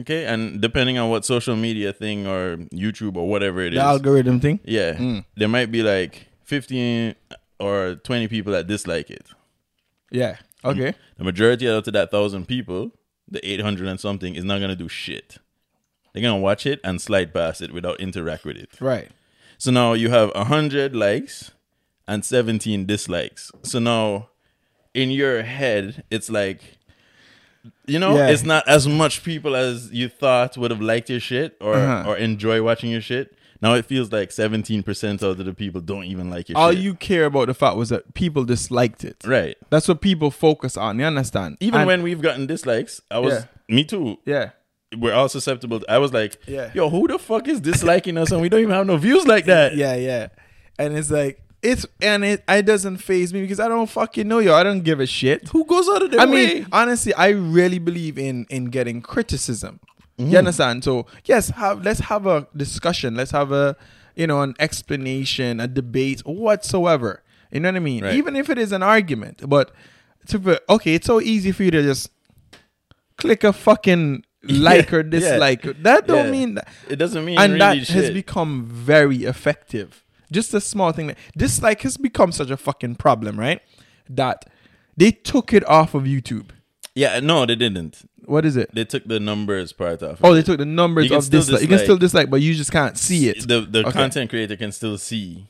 Speaker 3: Okay, and depending on what social media thing or YouTube or whatever it
Speaker 2: The
Speaker 3: is,
Speaker 2: algorithm thing.
Speaker 3: yeah, there might be like fifteen or twenty people that dislike it.
Speaker 2: Yeah. Okay.
Speaker 3: The majority out of that thousand people, the eight hundred and something, is not gonna do shit. They're gonna watch it and slide past it without interact with it.
Speaker 2: Right.
Speaker 3: So now you have 100 likes and 17 dislikes. So now in your head, it's like, you know,
Speaker 2: Yeah.
Speaker 3: it's not as much people as you thought would have liked your shit or,
Speaker 2: Uh-huh.
Speaker 3: or enjoy watching your shit. Now it feels like 17% out of the people don't even like your
Speaker 2: All
Speaker 3: shit.
Speaker 2: you care about the fact was that people disliked it.
Speaker 3: right.
Speaker 2: That's what people focus on. You understand?
Speaker 3: Even
Speaker 2: And-
Speaker 3: when we've gotten dislikes, I was, me too.
Speaker 2: yeah.
Speaker 3: We're all susceptible. to- I was like,
Speaker 2: Yeah.
Speaker 3: yo, who the fuck is disliking us and we don't even have no views like that?
Speaker 2: Yeah, yeah. And it's like it's and it it doesn't phase me because I don't fucking know you. I don't give a shit.
Speaker 3: Who goes out of their
Speaker 2: I
Speaker 3: way?
Speaker 2: mean, honestly, I really believe in in getting criticism.
Speaker 3: Mm.
Speaker 2: You understand? So yes, have let's have a discussion. Let's have a you know an explanation, a debate, whatsoever. You know what I mean?
Speaker 3: Right.
Speaker 2: Even if it is an argument, but to be- okay, it's so easy for you to just click a fucking like or
Speaker 3: Yeah, yeah.
Speaker 2: dislike. That don't
Speaker 3: Yeah.
Speaker 2: mean that.
Speaker 3: It doesn't mean
Speaker 2: and
Speaker 3: really
Speaker 2: that has
Speaker 3: shit.
Speaker 2: become very effective. Just a small thing. that- Dislike has become such a fucking problem, right? That they took it off of YouTube.
Speaker 3: Yeah, no, they didn't.
Speaker 2: What is it?
Speaker 3: They took the numbers part off.
Speaker 2: Oh, they took the numbers
Speaker 3: You can
Speaker 2: of
Speaker 3: still
Speaker 2: dislike. You can
Speaker 3: dislike.
Speaker 2: still dislike, but you just can't see it.
Speaker 3: the the
Speaker 2: Okay.
Speaker 3: content creator can still see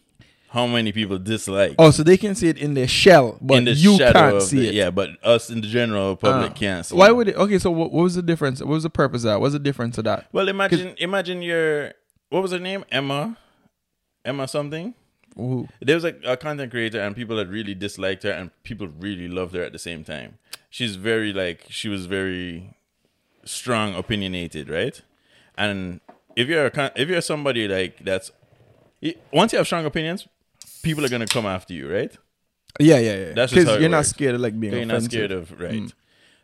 Speaker 3: how many people dislike
Speaker 2: Oh, so they can see it in their shell, but
Speaker 3: in the
Speaker 2: you
Speaker 3: shadow
Speaker 2: can't
Speaker 3: of
Speaker 2: see
Speaker 3: the-
Speaker 2: it.
Speaker 3: Yeah, but us in the general public
Speaker 2: Uh,
Speaker 3: can't. See
Speaker 2: Why
Speaker 3: it.
Speaker 2: would it? Okay, so what, what was the difference? What was the purpose of that? What's the difference of that?
Speaker 3: Well, imagine imagine your what was her name Emma, Emma something.
Speaker 2: Ooh.
Speaker 3: There was like a content creator and people that really disliked her and people really loved her at the same time. She's very like she was very strong, opinionated, right? And if you're a con- if you're somebody like that's i- once you have strong opinions, people are gonna come after you, right?
Speaker 2: Yeah, yeah, yeah.
Speaker 3: That's just how it
Speaker 2: you're not
Speaker 3: works.
Speaker 2: scared of like being
Speaker 3: You're not
Speaker 2: offensive. Mm.
Speaker 3: scared of right.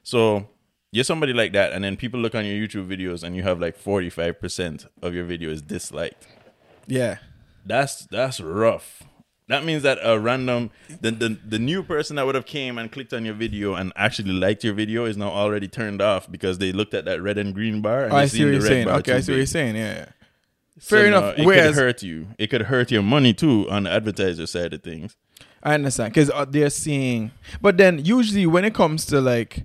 Speaker 3: So you're somebody like that, and then people look on your YouTube videos, and you have like 45 percent of your video is disliked.
Speaker 2: Yeah,
Speaker 3: That's that's rough. That means that a random the, the the new person that would have came and clicked on your video and actually liked your video is now already turned off because they looked at that red and green bar. And
Speaker 2: Oh, I
Speaker 3: they
Speaker 2: see
Speaker 3: seen
Speaker 2: what
Speaker 3: the
Speaker 2: you're
Speaker 3: red
Speaker 2: saying.
Speaker 3: bar
Speaker 2: Okay,
Speaker 3: too
Speaker 2: I see what
Speaker 3: big.
Speaker 2: you're saying. Yeah, yeah.
Speaker 3: So
Speaker 2: Fair
Speaker 3: now
Speaker 2: enough.
Speaker 3: It
Speaker 2: Whereas
Speaker 3: could hurt you. It could hurt your money too on the advertiser side of things.
Speaker 2: I understand because uh, they're seeing, but then usually when it comes to like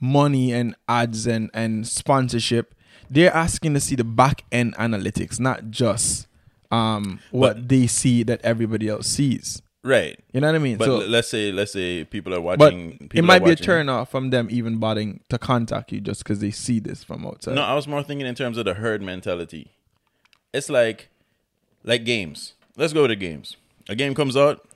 Speaker 2: money and ads and and sponsorship, they're asking to see the back end analytics, not just um what they see that everybody else sees.
Speaker 3: Right.
Speaker 2: You know what I mean?
Speaker 3: But
Speaker 2: so,
Speaker 3: l- let's say let's say people are
Speaker 2: but
Speaker 3: watching.
Speaker 2: it
Speaker 3: people are
Speaker 2: might be a
Speaker 3: watching-
Speaker 2: turn off from them even bothering to contact you just because they see this from outside.
Speaker 3: No, I was more thinking in terms of the herd mentality. It's like like games. Let's go to games. A game comes out,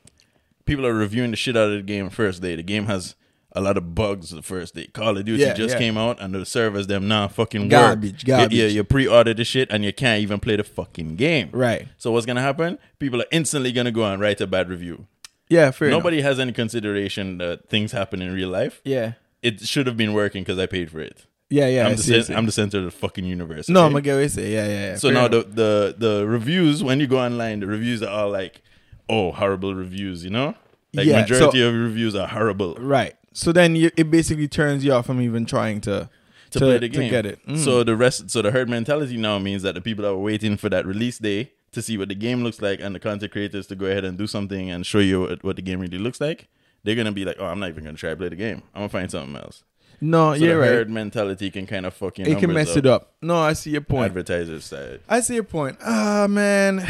Speaker 3: people are reviewing the shit out of the game first day. The game has a lot of bugs the first day. Call of Duty
Speaker 2: Yeah,
Speaker 3: just
Speaker 2: yeah.
Speaker 3: came out and the servers them nah fucking work.
Speaker 2: Garbage,
Speaker 3: You-
Speaker 2: garbage.
Speaker 3: Yeah, you, pre-order the shit and you can't even play the fucking game.
Speaker 2: Right.
Speaker 3: So what's gonna happen? People are instantly gonna go and write a bad review.
Speaker 2: yeah, fair. enough.
Speaker 3: Nobody has any consideration that things happen in real life.
Speaker 2: Yeah,
Speaker 3: It should have been working because I paid for it.
Speaker 2: yeah, yeah. I
Speaker 3: I'm, the
Speaker 2: see, I
Speaker 3: cen-
Speaker 2: see.
Speaker 3: I'm the center of the fucking universe.
Speaker 2: no,
Speaker 3: okay?
Speaker 2: I'm gonna get what you say. Yeah, yeah. yeah.
Speaker 3: So
Speaker 2: Fair
Speaker 3: now
Speaker 2: enough.
Speaker 3: the, the the reviews when you go online, the reviews are all like, oh, horrible reviews. You know, like
Speaker 2: Yeah,
Speaker 3: majority
Speaker 2: so-
Speaker 3: of reviews are horrible
Speaker 2: Right. So then you, it basically turns you off from even trying to
Speaker 3: to, play the game.
Speaker 2: to get it. Mm.
Speaker 3: So the rest, so the herd mentality now means that the people that were waiting for that release day to see what the game looks like and the content creators to go ahead and do something and show you what, what the game really looks like. They're gonna be like, oh, I'm not even gonna try to play the game. I'm gonna find something else.
Speaker 2: no,
Speaker 3: So
Speaker 2: you're
Speaker 3: the
Speaker 2: Uh, right.
Speaker 3: herd mentality can kind of fucking
Speaker 2: It can mess it up. No, I see your point.
Speaker 3: Advertisers side.
Speaker 2: I see your point. Ah man,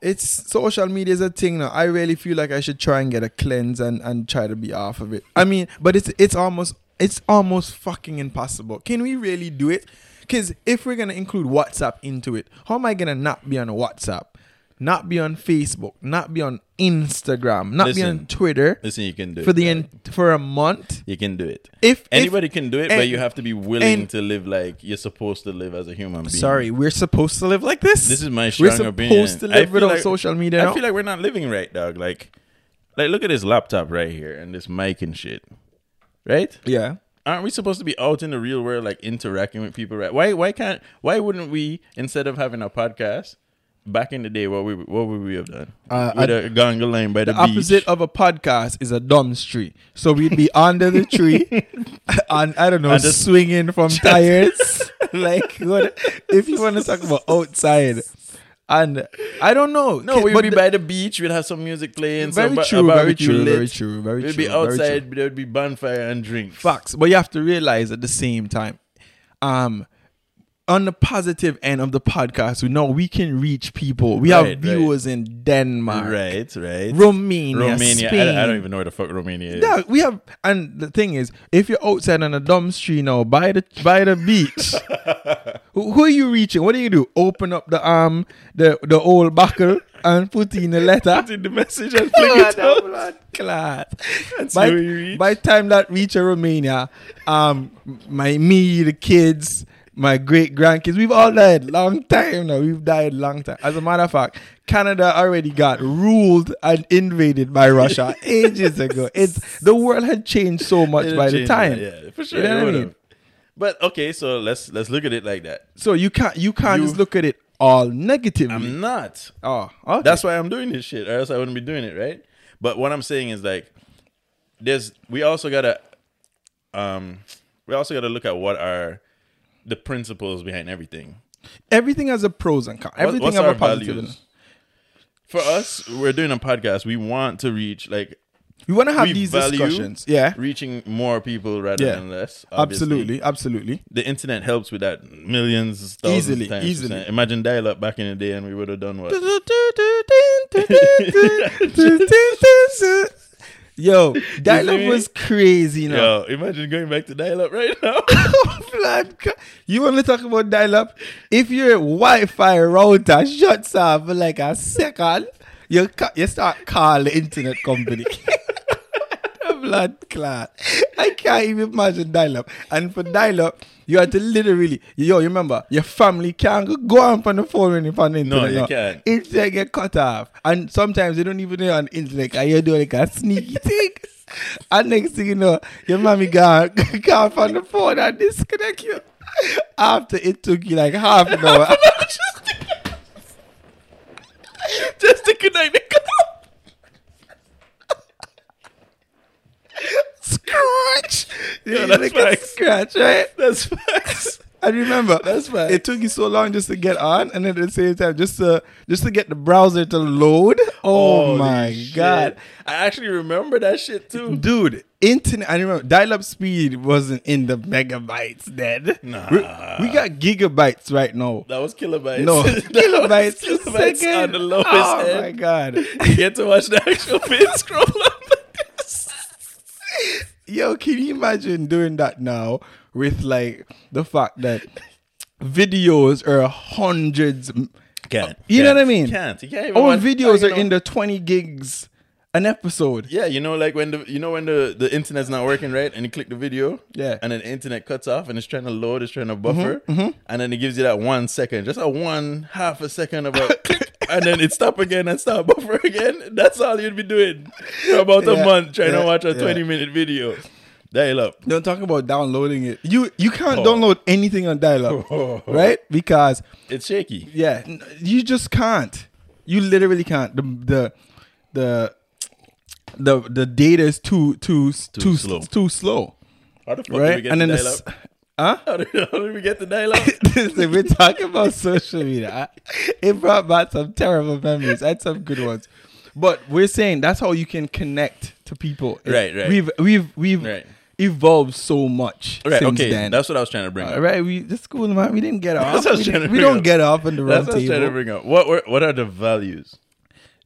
Speaker 2: it's social media is a thing now. I really feel like I should try and get a cleanse and and try to be off of it. I mean, but it's it's almost it's almost fucking impossible. Can we really do it? Because if we're gonna include WhatsApp into it, how am I gonna not be on WhatsApp? Not be on Facebook, not be on Instagram, not be on
Speaker 3: Listen.
Speaker 2: Twitter.
Speaker 3: Listen, you can do
Speaker 2: for
Speaker 3: it,
Speaker 2: the
Speaker 3: Jack.
Speaker 2: en- for a month.
Speaker 3: You can do it.
Speaker 2: If-
Speaker 3: anybody
Speaker 2: if-
Speaker 3: can do it,
Speaker 2: and-
Speaker 3: but you have to be willing
Speaker 2: and-
Speaker 3: to live like you're supposed to live as a human being.
Speaker 2: Sorry, we're supposed to live like this.
Speaker 3: this is my strong
Speaker 2: We're supposed
Speaker 3: opinion.
Speaker 2: to
Speaker 3: I
Speaker 2: live
Speaker 3: feel
Speaker 2: without
Speaker 3: like-
Speaker 2: social media.
Speaker 3: I feel like we're not living right, dog. Like, like look at this laptop right here and this mic and shit. Right?
Speaker 2: yeah.
Speaker 3: Aren't we supposed to be out in the real world, like interacting with people? Right? Why? Why can't? Why wouldn't we instead of having a podcast back in the day, what we what would we have done?
Speaker 2: Uh,
Speaker 3: With
Speaker 2: I-
Speaker 3: a ganga line by the,
Speaker 2: The
Speaker 3: beach.
Speaker 2: opposite of a podcast is a dumb's tree. So we'd be under the tree, and I don't know,
Speaker 3: And just-
Speaker 2: swinging from tires. like, what, if you want to talk about outside, and I don't know.
Speaker 3: No,
Speaker 2: Ki-
Speaker 3: we
Speaker 2: but
Speaker 3: would be
Speaker 2: the-
Speaker 3: by the beach. We'd have some music playing.
Speaker 2: Very
Speaker 3: some ba- a
Speaker 2: true, very
Speaker 3: barbecue
Speaker 2: true,
Speaker 3: lit.
Speaker 2: very true, very
Speaker 3: We'd
Speaker 2: true, very
Speaker 3: be
Speaker 2: true.
Speaker 3: outside. There would be bonfire and drinks.
Speaker 2: facts, but you have to realize at the same time, um. On the positive end of the podcast, we know we can reach people. We
Speaker 3: Right,
Speaker 2: have
Speaker 3: right.
Speaker 2: viewers in Denmark,
Speaker 3: Right, right.
Speaker 2: Romania,
Speaker 3: Romania. I,
Speaker 2: Spain.
Speaker 3: don't- I don't even know where the fuck Romania is.
Speaker 2: Yeah, we have, and the thing is, if you're outside on a dumb street now, by the by the beach, who, who are you reaching? What do you do? Open up the um the the old buckle and put in a letter,
Speaker 3: Did the message and flick it out.
Speaker 2: class.
Speaker 3: That's
Speaker 2: By
Speaker 3: who you reach.
Speaker 2: by time that reach a Romania, um, my me the kids. My great grandkids, we've all died long time now. We've died long time. As a matter of fact, Canada already got ruled and invaded by Russia ages ago. It's the world had changed so much
Speaker 3: It'll
Speaker 2: by the
Speaker 3: change that,
Speaker 2: time.
Speaker 3: yeah, for sure.
Speaker 2: You know
Speaker 3: it
Speaker 2: what I
Speaker 3: would've.
Speaker 2: mean?
Speaker 3: But okay, so let's let's look at it like that.
Speaker 2: So you can't you can't
Speaker 3: You-
Speaker 2: just look at it all negatively.
Speaker 3: I'm not.
Speaker 2: oh, okay.
Speaker 3: That's why I'm doing this shit, or else I wouldn't be doing it, right? But what I'm saying is like, there's we also gotta, um, we also gotta look at what are the principles behind everything.
Speaker 2: everything has a pros and cons.
Speaker 3: What-
Speaker 2: Everything
Speaker 3: what's
Speaker 2: has
Speaker 3: our
Speaker 2: a positive. and-
Speaker 3: values? For us, we're doing a podcast. We want to reach like
Speaker 2: You want to have
Speaker 3: we
Speaker 2: these
Speaker 3: value
Speaker 2: discussions, yeah,
Speaker 3: reaching more people rather
Speaker 2: Yeah.
Speaker 3: than less. obviously.
Speaker 2: absolutely, absolutely.
Speaker 3: the internet helps with that millions, thousands
Speaker 2: Easily,
Speaker 3: times
Speaker 2: easily.
Speaker 3: percent. Imagine dial up back in the day, and we would have done what?
Speaker 2: Yo,
Speaker 3: You
Speaker 2: that
Speaker 3: see me?
Speaker 2: was crazy now.
Speaker 3: Yo, imagine going back to dial up right now.
Speaker 2: Blood co- you want to talk about dial up? If your Wi Fi router shuts off for like a second, you, ca- you start calling the internet company. Blood clot. I can't even imagine dial up. And for dial up, you had to literally, yo, you remember, your family can't go- go on from the phone when you're on the internet.
Speaker 3: you can't.
Speaker 2: Internet get cut off. And sometimes you don't even know on internet and you do like a sneaky thing. and next thing you know, your mommy got got on the phone and disconnect you. After it took you like half an hour.
Speaker 3: Just to connect the
Speaker 2: scratch. Yeah,
Speaker 3: that's
Speaker 2: like a
Speaker 3: facts.
Speaker 2: scratch, right?
Speaker 3: That's facts.
Speaker 2: And remember,
Speaker 3: That's facts.
Speaker 2: It took you so long just to get on, and at the same time, just to just to get the browser to load. Oh
Speaker 3: Holy
Speaker 2: my
Speaker 3: shit.
Speaker 2: god,
Speaker 3: I actually remember that shit too.
Speaker 2: dude! Internet. I remember dial-up speed wasn't in the megabytes then.
Speaker 3: Nah.
Speaker 2: we, we got gigabytes right now.
Speaker 3: That was kilobytes.
Speaker 2: No,
Speaker 3: That was
Speaker 2: kilobytes, a
Speaker 3: kilobytes
Speaker 2: second.
Speaker 3: on the lowest
Speaker 2: oh
Speaker 3: end.
Speaker 2: my god.
Speaker 3: You get to watch the actual pin scroll up.
Speaker 2: Yo, can you imagine doing that now with like the fact that videos are hundreds? m- uh,
Speaker 3: Can't.
Speaker 2: You know what I mean?
Speaker 3: Can't. You can't even
Speaker 2: All
Speaker 3: watch- Oh,
Speaker 2: videos
Speaker 3: you
Speaker 2: are
Speaker 3: know-
Speaker 2: in the twenty gigs an episode.
Speaker 3: Yeah, you know, like when the you know when the, the internet's not working, right? And you click the video,
Speaker 2: Yeah. Mm-hmm,
Speaker 3: and then the internet cuts off, and it's trying to load, it's trying to buffer, and then it gives you that one second, just a one half a second of a click, and then it stop again and start buffer again. That's all you'd be doing for about
Speaker 2: Yeah,
Speaker 3: a month trying
Speaker 2: yeah,
Speaker 3: to watch a
Speaker 2: yeah.
Speaker 3: twenty minute video. Dial up.
Speaker 2: Don't talk about downloading it. You you can't
Speaker 3: Oh.
Speaker 2: download anything on dial-up, right? Because
Speaker 3: It's shaky.
Speaker 2: yeah, n- you just can't. You literally can't. The the the the, the data is too too s- too, s-
Speaker 3: slow.
Speaker 2: Too slow,
Speaker 3: How the fuck do we
Speaker 2: right?
Speaker 3: get to
Speaker 2: the
Speaker 3: dial
Speaker 2: s-
Speaker 3: up? How do, how do we get to dial up?
Speaker 2: Listen, we're talking about social media. I- It brought back some terrible memories and some good ones. But we're saying that's how you can connect to people. It-
Speaker 3: Right, right.
Speaker 2: We've we've we've
Speaker 3: Right.
Speaker 2: evolved so much
Speaker 3: right.
Speaker 2: since
Speaker 3: Okay.
Speaker 2: then.
Speaker 3: That's what I was trying to bring up.
Speaker 2: All right, we the school man, we didn't get off.
Speaker 3: That's what I was
Speaker 2: we
Speaker 3: trying
Speaker 2: didn't-
Speaker 3: to
Speaker 2: we
Speaker 3: bring
Speaker 2: don't
Speaker 3: up.
Speaker 2: get off in the round
Speaker 3: That's what I was trying to
Speaker 2: table.
Speaker 3: bring up. What were, what are the values?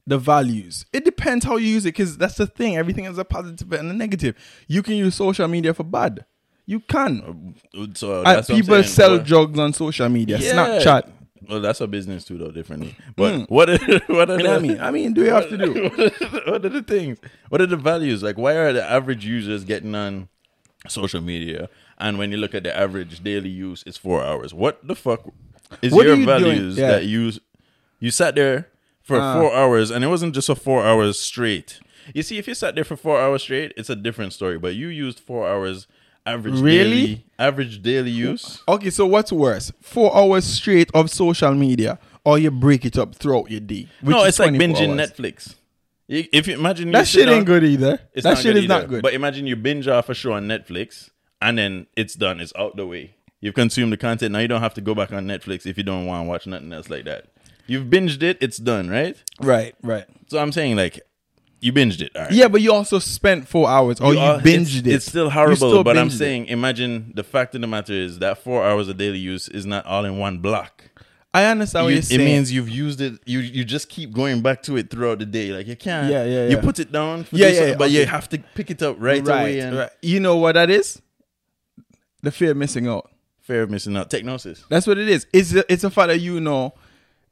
Speaker 2: The values. It depends how you use it, because that's the thing. Everything is a positive and a negative. You can use social media for bad. You can.
Speaker 3: So
Speaker 2: And
Speaker 3: Oh, that's what I'm
Speaker 2: people
Speaker 3: saying.
Speaker 2: sell
Speaker 3: What-
Speaker 2: drugs on social media,
Speaker 3: Yeah.
Speaker 2: Snapchat. Hmm.
Speaker 3: Well, that's a business too, though, differently. But what are, what are
Speaker 2: You know
Speaker 3: the,
Speaker 2: what I mean? I mean, do you have to do?
Speaker 3: what, are, what are the things? What are the values? Like, why are the average users getting on social media? And when you look at the average daily use, it's four hours. What the fuck is
Speaker 2: What are
Speaker 3: your
Speaker 2: you doing?
Speaker 3: values
Speaker 2: Yeah. Uh.
Speaker 3: that you you sat there for four hours, and it wasn't just a four hours straight. You see, if you sat there for four hours straight, it's a different story. But you used four hours average
Speaker 2: Really?
Speaker 3: daily, average daily use.
Speaker 2: Okay, so what's worse? Four hours straight of social media or you break it up throughout your day. Which
Speaker 3: no,
Speaker 2: is
Speaker 3: it's like
Speaker 2: 24
Speaker 3: binging
Speaker 2: hours.
Speaker 3: Netflix. I- If you imagine you
Speaker 2: That
Speaker 3: sit
Speaker 2: shit
Speaker 3: down-
Speaker 2: ain't good either.
Speaker 3: It's
Speaker 2: that
Speaker 3: not
Speaker 2: shit
Speaker 3: good
Speaker 2: is not
Speaker 3: either.
Speaker 2: good.
Speaker 3: But imagine you binge off a show on Netflix and then it's done. It's out the way. You've consumed the content. Now you don't have to go back on Netflix if you don't want to watch nothing else like that. You've binged it. It's done, right?
Speaker 2: right, right.
Speaker 3: So I'm saying like, you binged it. All right.
Speaker 2: Yeah, but you also spent four hours or you,
Speaker 3: are-
Speaker 2: binged
Speaker 3: it's,
Speaker 2: it.
Speaker 3: It's still
Speaker 2: You
Speaker 3: horrible, but I'm
Speaker 2: binged it.
Speaker 3: saying, imagine the fact of the matter is that four hours of daily use is not all in one block.
Speaker 2: I understand what
Speaker 3: You-
Speaker 2: you're
Speaker 3: it
Speaker 2: saying.
Speaker 3: means you've used it. You you just keep going back to it throughout the day. Like you can't.
Speaker 2: Yeah, yeah,
Speaker 3: You
Speaker 2: yeah.
Speaker 3: put it down. for
Speaker 2: Yeah,
Speaker 3: this,
Speaker 2: yeah, yeah,
Speaker 3: But you
Speaker 2: okay.
Speaker 3: have to pick it up right, away. And
Speaker 2: right. You know what that is? The fear of missing out.
Speaker 3: Fear of missing out. Technosis.
Speaker 2: That's what it is. It's a, it's a fact that you know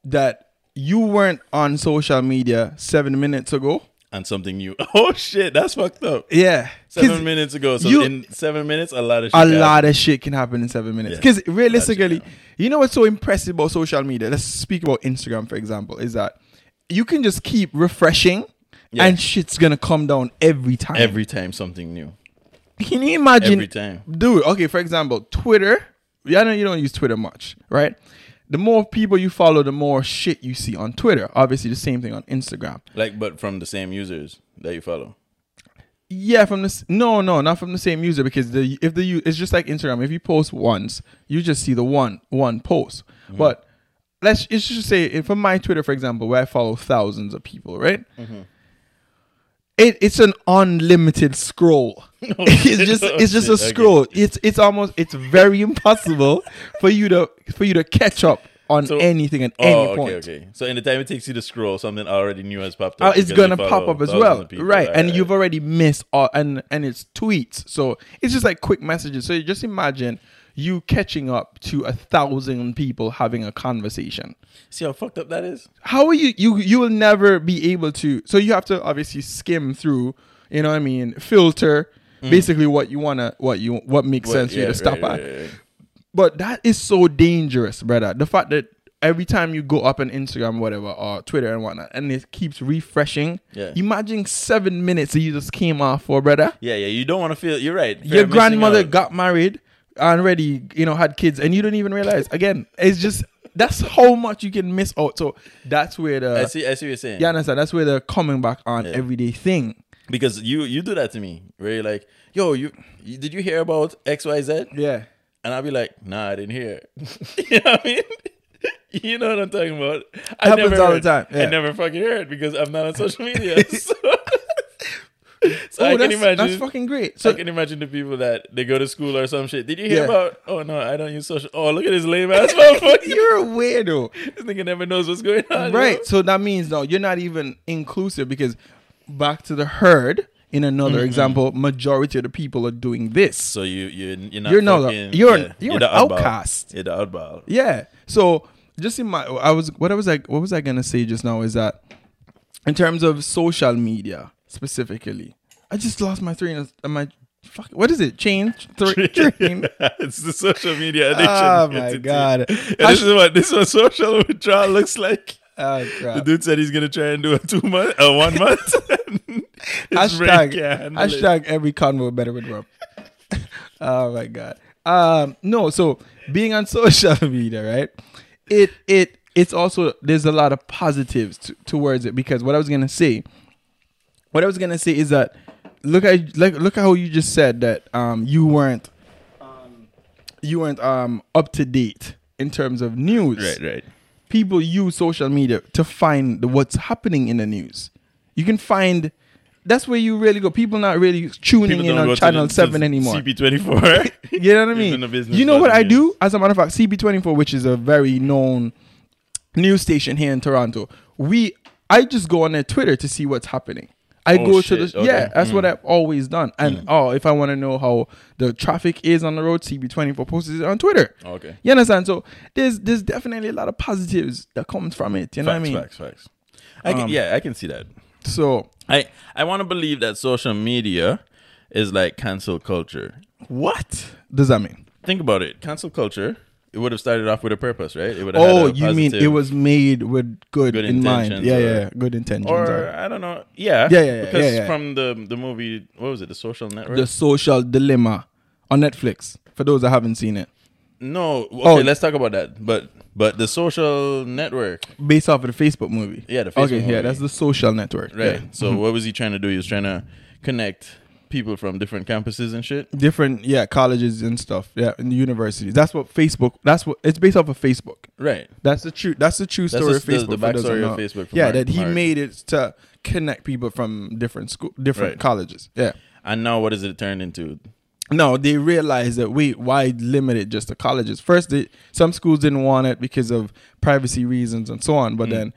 Speaker 2: that you weren't on social media seven minutes ago.
Speaker 3: and something new. Oh shit, that's fucked up.
Speaker 2: Yeah,
Speaker 3: Seven minutes ago. So
Speaker 2: you-
Speaker 3: in seven minutes, a lot of shit
Speaker 2: A
Speaker 3: happened.
Speaker 2: lot of shit can happen in seven minutes.
Speaker 3: Yeah.
Speaker 2: Because
Speaker 3: That's-
Speaker 2: realistically,
Speaker 3: yeah.
Speaker 2: you know what's so impressive about social media? Let's speak about Instagram, for example, is that you can just keep refreshing
Speaker 3: Yeah.
Speaker 2: and shit's gonna come down every time.
Speaker 3: every time something new.
Speaker 2: Can you imagine?
Speaker 3: Every time.
Speaker 2: Dude, okay, for example, Twitter. Yeah, I know you don't use Twitter much, right? The more people you follow, the more shit you see on Twitter. Obviously, the same thing on Instagram.
Speaker 3: Like, but from the same users that you follow.
Speaker 2: Yeah, from this. No, no, not from the same user because the if the u- it's just like Instagram. If you post once, you just see the one one post. But let's it's just say if on my Twitter, for example, where I follow thousands of people, right?
Speaker 3: Mm-hmm.
Speaker 2: It, it's an unlimited scroll. it's just it's just a
Speaker 3: Okay.
Speaker 2: scroll. It's it's almost it's very impossible for you to for you to catch up on
Speaker 3: So-
Speaker 2: anything at
Speaker 3: Oh,
Speaker 2: any
Speaker 3: okay,
Speaker 2: point.
Speaker 3: okay. So in the time it takes you to scroll, something already new has popped
Speaker 2: Uh,
Speaker 3: up.
Speaker 2: it's
Speaker 3: because
Speaker 2: gonna
Speaker 3: you
Speaker 2: pop
Speaker 3: follow
Speaker 2: up as
Speaker 3: thousands
Speaker 2: well,
Speaker 3: of people.
Speaker 2: right?
Speaker 3: All
Speaker 2: and you've
Speaker 3: right.
Speaker 2: already missed all, and and it's tweets, so it's just like quick messages. So just imagine you catching up to a thousand people having a conversation.
Speaker 3: see how fucked up that is.
Speaker 2: How are you? You you will never be able to. So you have to obviously skim through. You know what I mean? Filter basically what you wanna, what you what makes sense for you
Speaker 3: Mm. yeah,
Speaker 2: to stop
Speaker 3: right,
Speaker 2: at.
Speaker 3: right, right.
Speaker 2: But that is so dangerous, brother. The fact that every time you go up on Instagram, whatever, or Twitter and whatnot, and it keeps refreshing.
Speaker 3: Yeah.
Speaker 2: Imagine seven minutes that you just came off for, brother.
Speaker 3: Yeah, yeah. You don't want to feel. You're right. Fear
Speaker 2: Your
Speaker 3: of missing
Speaker 2: grandmother
Speaker 3: out.
Speaker 2: got married and already, you know, had kids, and you don't even realize. Again, it's just that's how much you can miss out. So that's where the
Speaker 3: I see. I see what you're saying.
Speaker 2: you understand? That's where the coming back on everyday thing.
Speaker 3: Because you you do that to me, where you're like, "Yo, you, you did you hear about X Y Z?
Speaker 2: Yeah.
Speaker 3: And I'll be like, nah, I didn't hear. it." you know what I mean? you know what I'm talking about. I
Speaker 2: Happens all the
Speaker 3: heard.
Speaker 2: time, yeah.
Speaker 3: I never fucking heard because I'm not on social media. So, So I
Speaker 2: oh,
Speaker 3: can
Speaker 2: that's,
Speaker 3: imagine.
Speaker 2: that's fucking great. So
Speaker 3: I can imagine the people that they go to school or some shit. Did you hear
Speaker 2: Yeah.
Speaker 3: about? Oh no, I don't use social. Oh, look at this lame ass motherfucker.
Speaker 2: you're a weirdo.
Speaker 3: this nigga never knows what's going on. you
Speaker 2: Right.
Speaker 3: know?
Speaker 2: So that means no, you're not even inclusive because back to the herd. In another
Speaker 3: Mm-hmm.
Speaker 2: example, majority of the people are doing this.
Speaker 3: So you you you're not
Speaker 2: You're no-
Speaker 3: fucking-
Speaker 2: you're- you're an
Speaker 3: the oddball.
Speaker 2: outcast.
Speaker 3: You're the oddball.
Speaker 2: Yeah. So just in my, I was what I was like, what was I gonna say just now is that in terms of social media specifically, I just lost my train of my fuck. What is it? Chain Thre- train.
Speaker 3: it's the social media addiction.
Speaker 2: Oh, my
Speaker 3: It's- it's-
Speaker 2: God.
Speaker 3: And this is what this is what social withdrawal looks like.
Speaker 2: Oh,
Speaker 3: The
Speaker 2: crap.
Speaker 3: dude said he's gonna try and do a two month, uh, one month. His brain
Speaker 2: hashtag
Speaker 3: can't handle it.
Speaker 2: hashtag every convo better with Rob. oh my god. Um, no, so being on social media, right? It it it's also there's a lot of positives to, towards it because what I was gonna say, what I was gonna say is that look at like look how you just said that um you weren't um, you weren't um up to date in terms of news
Speaker 3: Right, right.
Speaker 2: people use social media to find the, what's happening in the news. You can find that's where you really go. People not really tuning in on Channel Seven anymore.
Speaker 3: CP twenty four.
Speaker 2: you know what I
Speaker 3: He's in
Speaker 2: mean?
Speaker 3: the business
Speaker 2: You know
Speaker 3: of
Speaker 2: what I
Speaker 3: news.
Speaker 2: do? As a matter of fact, CB24, which is a very known news station here in Toronto, we I just go on their Twitter to see what's happening. I
Speaker 3: Oh,
Speaker 2: go to
Speaker 3: shit,
Speaker 2: the
Speaker 3: okay. Mm.
Speaker 2: yeah, that's what I've always done. And oh, if I want to know how the traffic is on the road, CB24 posts it on Twitter.
Speaker 3: Okay.
Speaker 2: you understand? So there's there's definitely a lot of positives that comes from it. You know what I
Speaker 3: Facts,
Speaker 2: mean? Um,
Speaker 3: facts, facts. I can, yeah, I can see that.
Speaker 2: So
Speaker 3: I I want to believe that social media is like cancel culture.
Speaker 2: what does that mean?
Speaker 3: Think about it. Cancel culture. It would have started off with a purpose, right? It would have had
Speaker 2: Oh,
Speaker 3: a
Speaker 2: you mean it
Speaker 3: positive-
Speaker 2: was made with good,
Speaker 3: Good
Speaker 2: in mind?
Speaker 3: intentions
Speaker 2: Yeah,
Speaker 3: or-
Speaker 2: yeah, yeah, good intentions.
Speaker 3: or
Speaker 2: or-
Speaker 3: I don't know. Yeah,
Speaker 2: Yeah, yeah, yeah,
Speaker 3: Because
Speaker 2: yeah, yeah.
Speaker 3: from the the movie, what was it? The Social Network.
Speaker 2: The Social Dilemma on Netflix. For those that haven't seen it,
Speaker 3: No, okay,
Speaker 2: Oh.
Speaker 3: let's talk about that. But but the social network,
Speaker 2: Based off of the Facebook movie.
Speaker 3: Yeah, the Facebook
Speaker 2: Okay, yeah,
Speaker 3: movie.
Speaker 2: that's the social network.
Speaker 3: right?
Speaker 2: yeah. Mm-hmm.
Speaker 3: So what was he trying to do? He was trying to connect people from different campuses and shit.
Speaker 2: Different, yeah, colleges and stuff. Yeah, and the universities. That's what Facebook. That's what it's based off of Facebook.
Speaker 3: Right.
Speaker 2: That's the true. That's the true
Speaker 3: That's
Speaker 2: story
Speaker 3: the-
Speaker 2: of Facebook. for
Speaker 3: the
Speaker 2: those
Speaker 3: backstory
Speaker 2: who
Speaker 3: of
Speaker 2: know.
Speaker 3: Facebook for
Speaker 2: Yeah,
Speaker 3: Mark-
Speaker 2: that he
Speaker 3: Mark.
Speaker 2: made it to connect people from different school, different
Speaker 3: Right.
Speaker 2: colleges. Yeah.
Speaker 3: And now what does it turn into?
Speaker 2: No, they realized that wait, why limit it just to colleges? First, they, some schools didn't want it because of privacy reasons and so
Speaker 3: Mm.
Speaker 2: on. But then,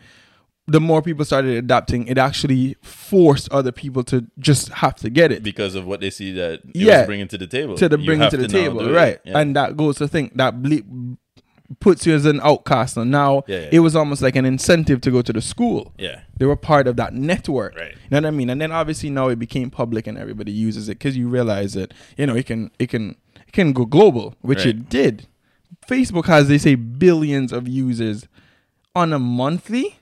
Speaker 2: the more people started adopting, it actually forced other people to just have to get it
Speaker 3: Because of what they see that it
Speaker 2: Yeah.
Speaker 3: was bringing to the table.
Speaker 2: to the
Speaker 3: You
Speaker 2: bring it
Speaker 3: have
Speaker 2: to the
Speaker 3: now
Speaker 2: table,
Speaker 3: do it.
Speaker 2: right?
Speaker 3: Yeah.
Speaker 2: And that goes to think that ble- puts you as an outcast. And now
Speaker 3: Yeah, yeah.
Speaker 2: it was almost like an incentive to go to the school.
Speaker 3: Yeah.
Speaker 2: they were part of that network.
Speaker 3: Right.
Speaker 2: You know what I mean? And then obviously now it became public and everybody uses it because you realize that you know it can it can it can go global, which
Speaker 3: Right.
Speaker 2: it did. Facebook has they say billions of users on a monthly.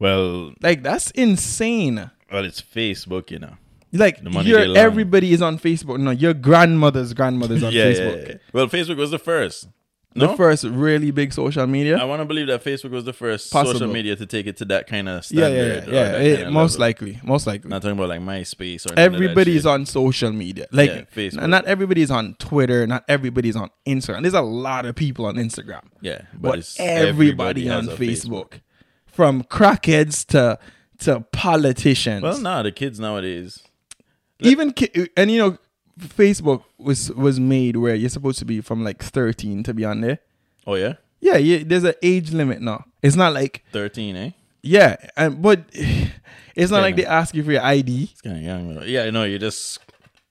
Speaker 3: well,
Speaker 2: Like that's insane.
Speaker 3: well, it's Facebook, you know.
Speaker 2: Like
Speaker 3: The money
Speaker 2: your
Speaker 3: they learn.
Speaker 2: everybody is on Facebook. No, your grandmother's grandmother's on
Speaker 3: Yeah,
Speaker 2: Facebook.
Speaker 3: yeah, yeah. Well, Facebook was the first.
Speaker 2: The
Speaker 3: No?
Speaker 2: first really big social media.
Speaker 3: I want to believe that Facebook was the first social
Speaker 2: Possible.
Speaker 3: media to take it to that kind of
Speaker 2: yeah,
Speaker 3: standard.
Speaker 2: yeah, yeah.
Speaker 3: or
Speaker 2: yeah.
Speaker 3: that
Speaker 2: It-
Speaker 3: kinda
Speaker 2: most
Speaker 3: level.
Speaker 2: likely, most likely.
Speaker 3: Not talking about like MySpace or
Speaker 2: everybody's
Speaker 3: on.
Speaker 2: on social media. Like,
Speaker 3: Yeah, Facebook.
Speaker 2: n- not everybody's on Twitter. Not everybody's on Instagram. There's a lot of people on Instagram.
Speaker 3: Yeah, but
Speaker 2: but,
Speaker 3: it's- everybody
Speaker 2: everybody,
Speaker 3: has
Speaker 2: on
Speaker 3: a
Speaker 2: Facebook. from crackheads to to politicians.
Speaker 3: Well, no, the kids nowadays.
Speaker 2: even ki- and you know, Facebook was was made where you're supposed to be from like 13 to be on there.
Speaker 3: Oh yeah,
Speaker 2: Yeah, yeah. There's an age limit now. It's not like
Speaker 3: thirteen, eh?
Speaker 2: yeah, and but it's not like
Speaker 3: Yeah.
Speaker 2: they ask you for your ID.
Speaker 3: It's kind of young. Though. Yeah, no, you just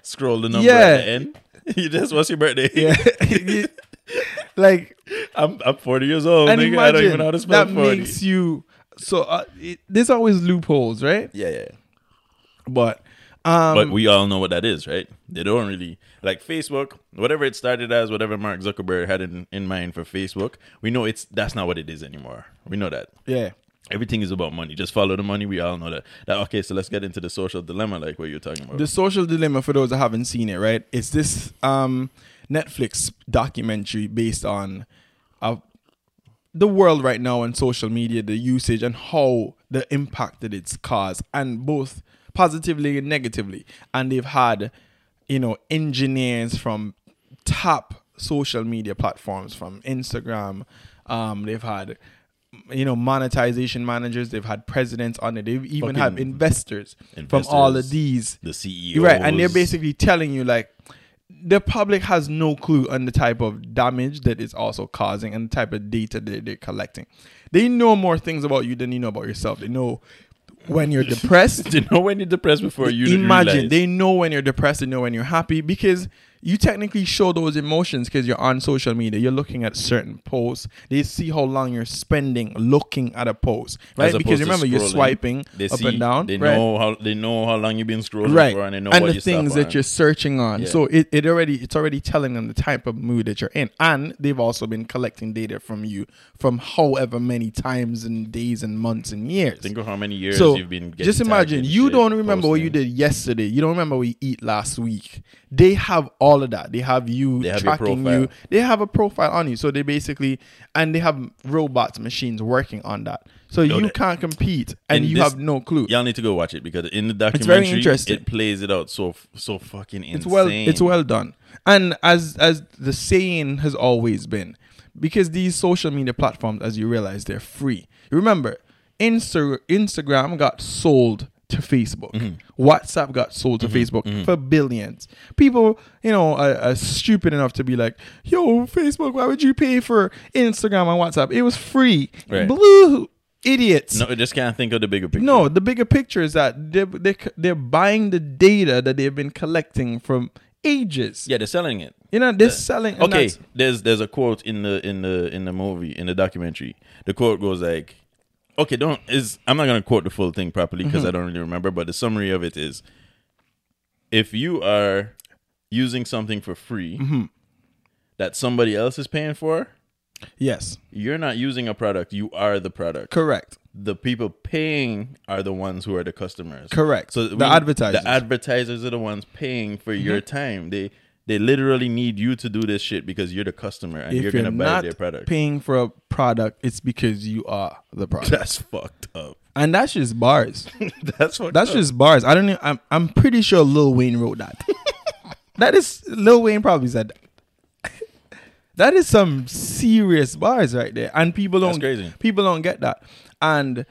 Speaker 3: scroll the number
Speaker 2: Yeah.
Speaker 3: at the end. You just what's your birthday?
Speaker 2: Yeah. like
Speaker 3: I'm I'm 40 years old.
Speaker 2: and
Speaker 3: nigga.
Speaker 2: imagine
Speaker 3: I don't even know how to spell
Speaker 2: that
Speaker 3: 40.
Speaker 2: makes you so uh, it, there's always loopholes right
Speaker 3: yeah, yeah.
Speaker 2: but um
Speaker 3: But we all know what that is, right? They don't really like Facebook. Whatever it started as, whatever Mark Zuckerberg had in, in mind for Facebook, we know it's that's not what it is anymore. We know that.
Speaker 2: yeah
Speaker 3: Everything is about money. Just follow the money. We all know that. that. Okay, so let's get into the social dilemma, like what you're talking about.
Speaker 2: the social dilemma for those that haven't seen it right it's this um netflix documentary based on uh, the world right now and social media the usage and how the impact that it's caused and both positively and negatively and they've had you know engineers from top social media platforms from instagram um, they've had you know monetization managers they've had presidents on it they've even had
Speaker 3: Fucking
Speaker 2: investors from all of
Speaker 3: investors.
Speaker 2: these
Speaker 3: the E CEO,
Speaker 2: you're right, and they're
Speaker 3: was-
Speaker 2: basically telling you like the public has no clue on the type of damage that it's also causing and the type of data that they're collecting. They know more things about you than you know about yourself. They know when you're depressed.
Speaker 3: They know when you're depressed before you didn't
Speaker 2: Imagine
Speaker 3: realize.
Speaker 2: they know when you're depressed, they know when you're happy because you technically show those emotions because you're on social media. You're looking at certain posts. They see how long you're spending looking at a post,
Speaker 3: As
Speaker 2: right? Because
Speaker 3: opposed to
Speaker 2: remember, you're
Speaker 3: scrolling,
Speaker 2: swiping
Speaker 3: they
Speaker 2: up
Speaker 3: see-
Speaker 2: and down.
Speaker 3: They
Speaker 2: right?
Speaker 3: know how they know how long you've been scrolling
Speaker 2: right
Speaker 3: for, and they know
Speaker 2: and
Speaker 3: what
Speaker 2: the
Speaker 3: you
Speaker 2: things
Speaker 3: stop
Speaker 2: that
Speaker 3: on.
Speaker 2: you're searching on
Speaker 3: Yeah.
Speaker 2: so it, it already it's already telling them the type of mood that you're in and they've also been collecting data from you from however many times and days and months and years
Speaker 3: Think of how many years
Speaker 2: so
Speaker 3: you've been. Getting
Speaker 2: just imagine
Speaker 3: tagged in
Speaker 2: you
Speaker 3: shit,
Speaker 2: don't remember what you
Speaker 3: posting.
Speaker 2: did yesterday you don't remember what you eat last week they have all of that they have you
Speaker 3: They have your
Speaker 2: tracking
Speaker 3: profile.
Speaker 2: you they have a profile on you so they basically and they have robots machines working on that so you
Speaker 3: that-
Speaker 2: can't compete and
Speaker 3: In
Speaker 2: you
Speaker 3: this-
Speaker 2: have no clue
Speaker 3: Y'all need to go watch it because in the documentary,
Speaker 2: very interesting.
Speaker 3: It plays it out so so fucking insane.
Speaker 2: it's well it's well done and as as the saying has always been because these social media platforms as you realize they're free remember Insta- instagram got sold to facebook
Speaker 3: Mm-hmm.
Speaker 2: whatsapp got sold to facebook for billions people you know are, are stupid enough to be like yo facebook why would you pay for instagram and whatsapp it was free
Speaker 3: Right.
Speaker 2: blue idiots
Speaker 3: No, I just can't think of the bigger picture.
Speaker 2: no, the bigger picture is that they're, they they're buying the data that they've been collecting from ages.
Speaker 3: yeah, they're selling it.
Speaker 2: You know, they're selling. and
Speaker 3: okay
Speaker 2: that's-
Speaker 3: there's there's a quote in the in the in the movie in the documentary the quote goes like okay don't is i'm not going to quote the full thing properly
Speaker 2: Mm-hmm.
Speaker 3: because i don't really remember but the summary of it is if you are using something for free
Speaker 2: Mm-hmm.
Speaker 3: that somebody else is paying for
Speaker 2: Yes,
Speaker 3: you're not using a product you are the product
Speaker 2: correct.
Speaker 3: the people paying are the ones who are the customers.
Speaker 2: Correct.
Speaker 3: So
Speaker 2: The advertisers. Mm-hmm.
Speaker 3: The advertisers are the ones paying for your time. They They literally need you to do this shit because you're the customer and you're
Speaker 2: if you're
Speaker 3: gonna buy
Speaker 2: not
Speaker 3: their product.
Speaker 2: paying for a product, it's because you are the product,
Speaker 3: That's fucked up.
Speaker 2: and that's just bars.
Speaker 3: That's fucked
Speaker 2: That's
Speaker 3: up.
Speaker 2: just bars. I don't. Even, I'm. I'm pretty sure Lil Wayne wrote that. that is Lil Wayne probably said that. That is some serious bars right there, and people don't.
Speaker 3: That's crazy.
Speaker 2: People don't get that, and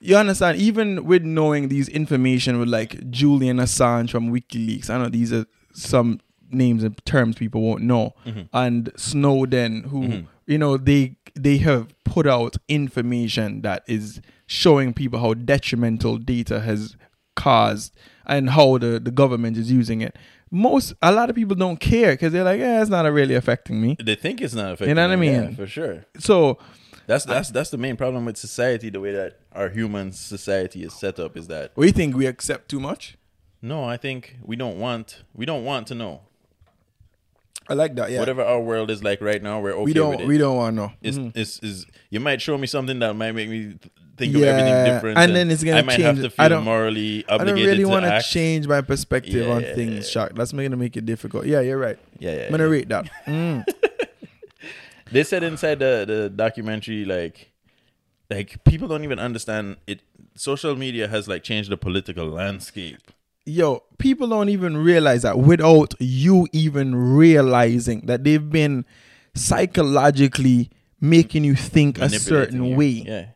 Speaker 2: you understand. Even with knowing these information with like Julian Assange from WikiLeaks, I know these are some names and terms people won't know,
Speaker 3: Mm-hmm.
Speaker 2: and Snowden, who you know they they have put out information that is showing people how detrimental data has caused and how the, the government is using it. Most a lot of people don't care because they're like, yeah, it's not really affecting me.
Speaker 3: they think it's not affecting.
Speaker 2: know what I
Speaker 3: them, yeah,
Speaker 2: mean?
Speaker 3: for sure.
Speaker 2: So
Speaker 3: That's that's that's the main problem with society. The way that our human society is set up is that
Speaker 2: we think we accept too much.
Speaker 3: no, I think we don't want we don't want to know
Speaker 2: I like that. Yeah,
Speaker 3: whatever our world is like right now. We're okay
Speaker 2: we
Speaker 3: with
Speaker 2: don't
Speaker 3: it.
Speaker 2: we don't want to know.
Speaker 3: It's, it's, it's, you might show me something that might make me th- think
Speaker 2: Yeah,
Speaker 3: of everything different,
Speaker 2: and then it's gonna
Speaker 3: I might
Speaker 2: change.
Speaker 3: have to feel
Speaker 2: I don't-
Speaker 3: morally
Speaker 2: I don't
Speaker 3: obligated
Speaker 2: really
Speaker 3: to
Speaker 2: want to
Speaker 3: act.
Speaker 2: change my perspective
Speaker 3: Yeah,
Speaker 2: on
Speaker 3: yeah,
Speaker 2: things, Shock. That's going to make it difficult. Yeah, you're right.
Speaker 3: Yeah, yeah,
Speaker 2: I'm going to
Speaker 3: yeah.
Speaker 2: rate that. Mm.
Speaker 3: They said inside the, the documentary, like, like people don't even understand it. Social media has like changed the political landscape.
Speaker 2: Yo, people don't even realize that without you even realizing that they've been psychologically making you think a
Speaker 3: manipulating
Speaker 2: certain
Speaker 3: you.
Speaker 2: way.
Speaker 3: Yeah.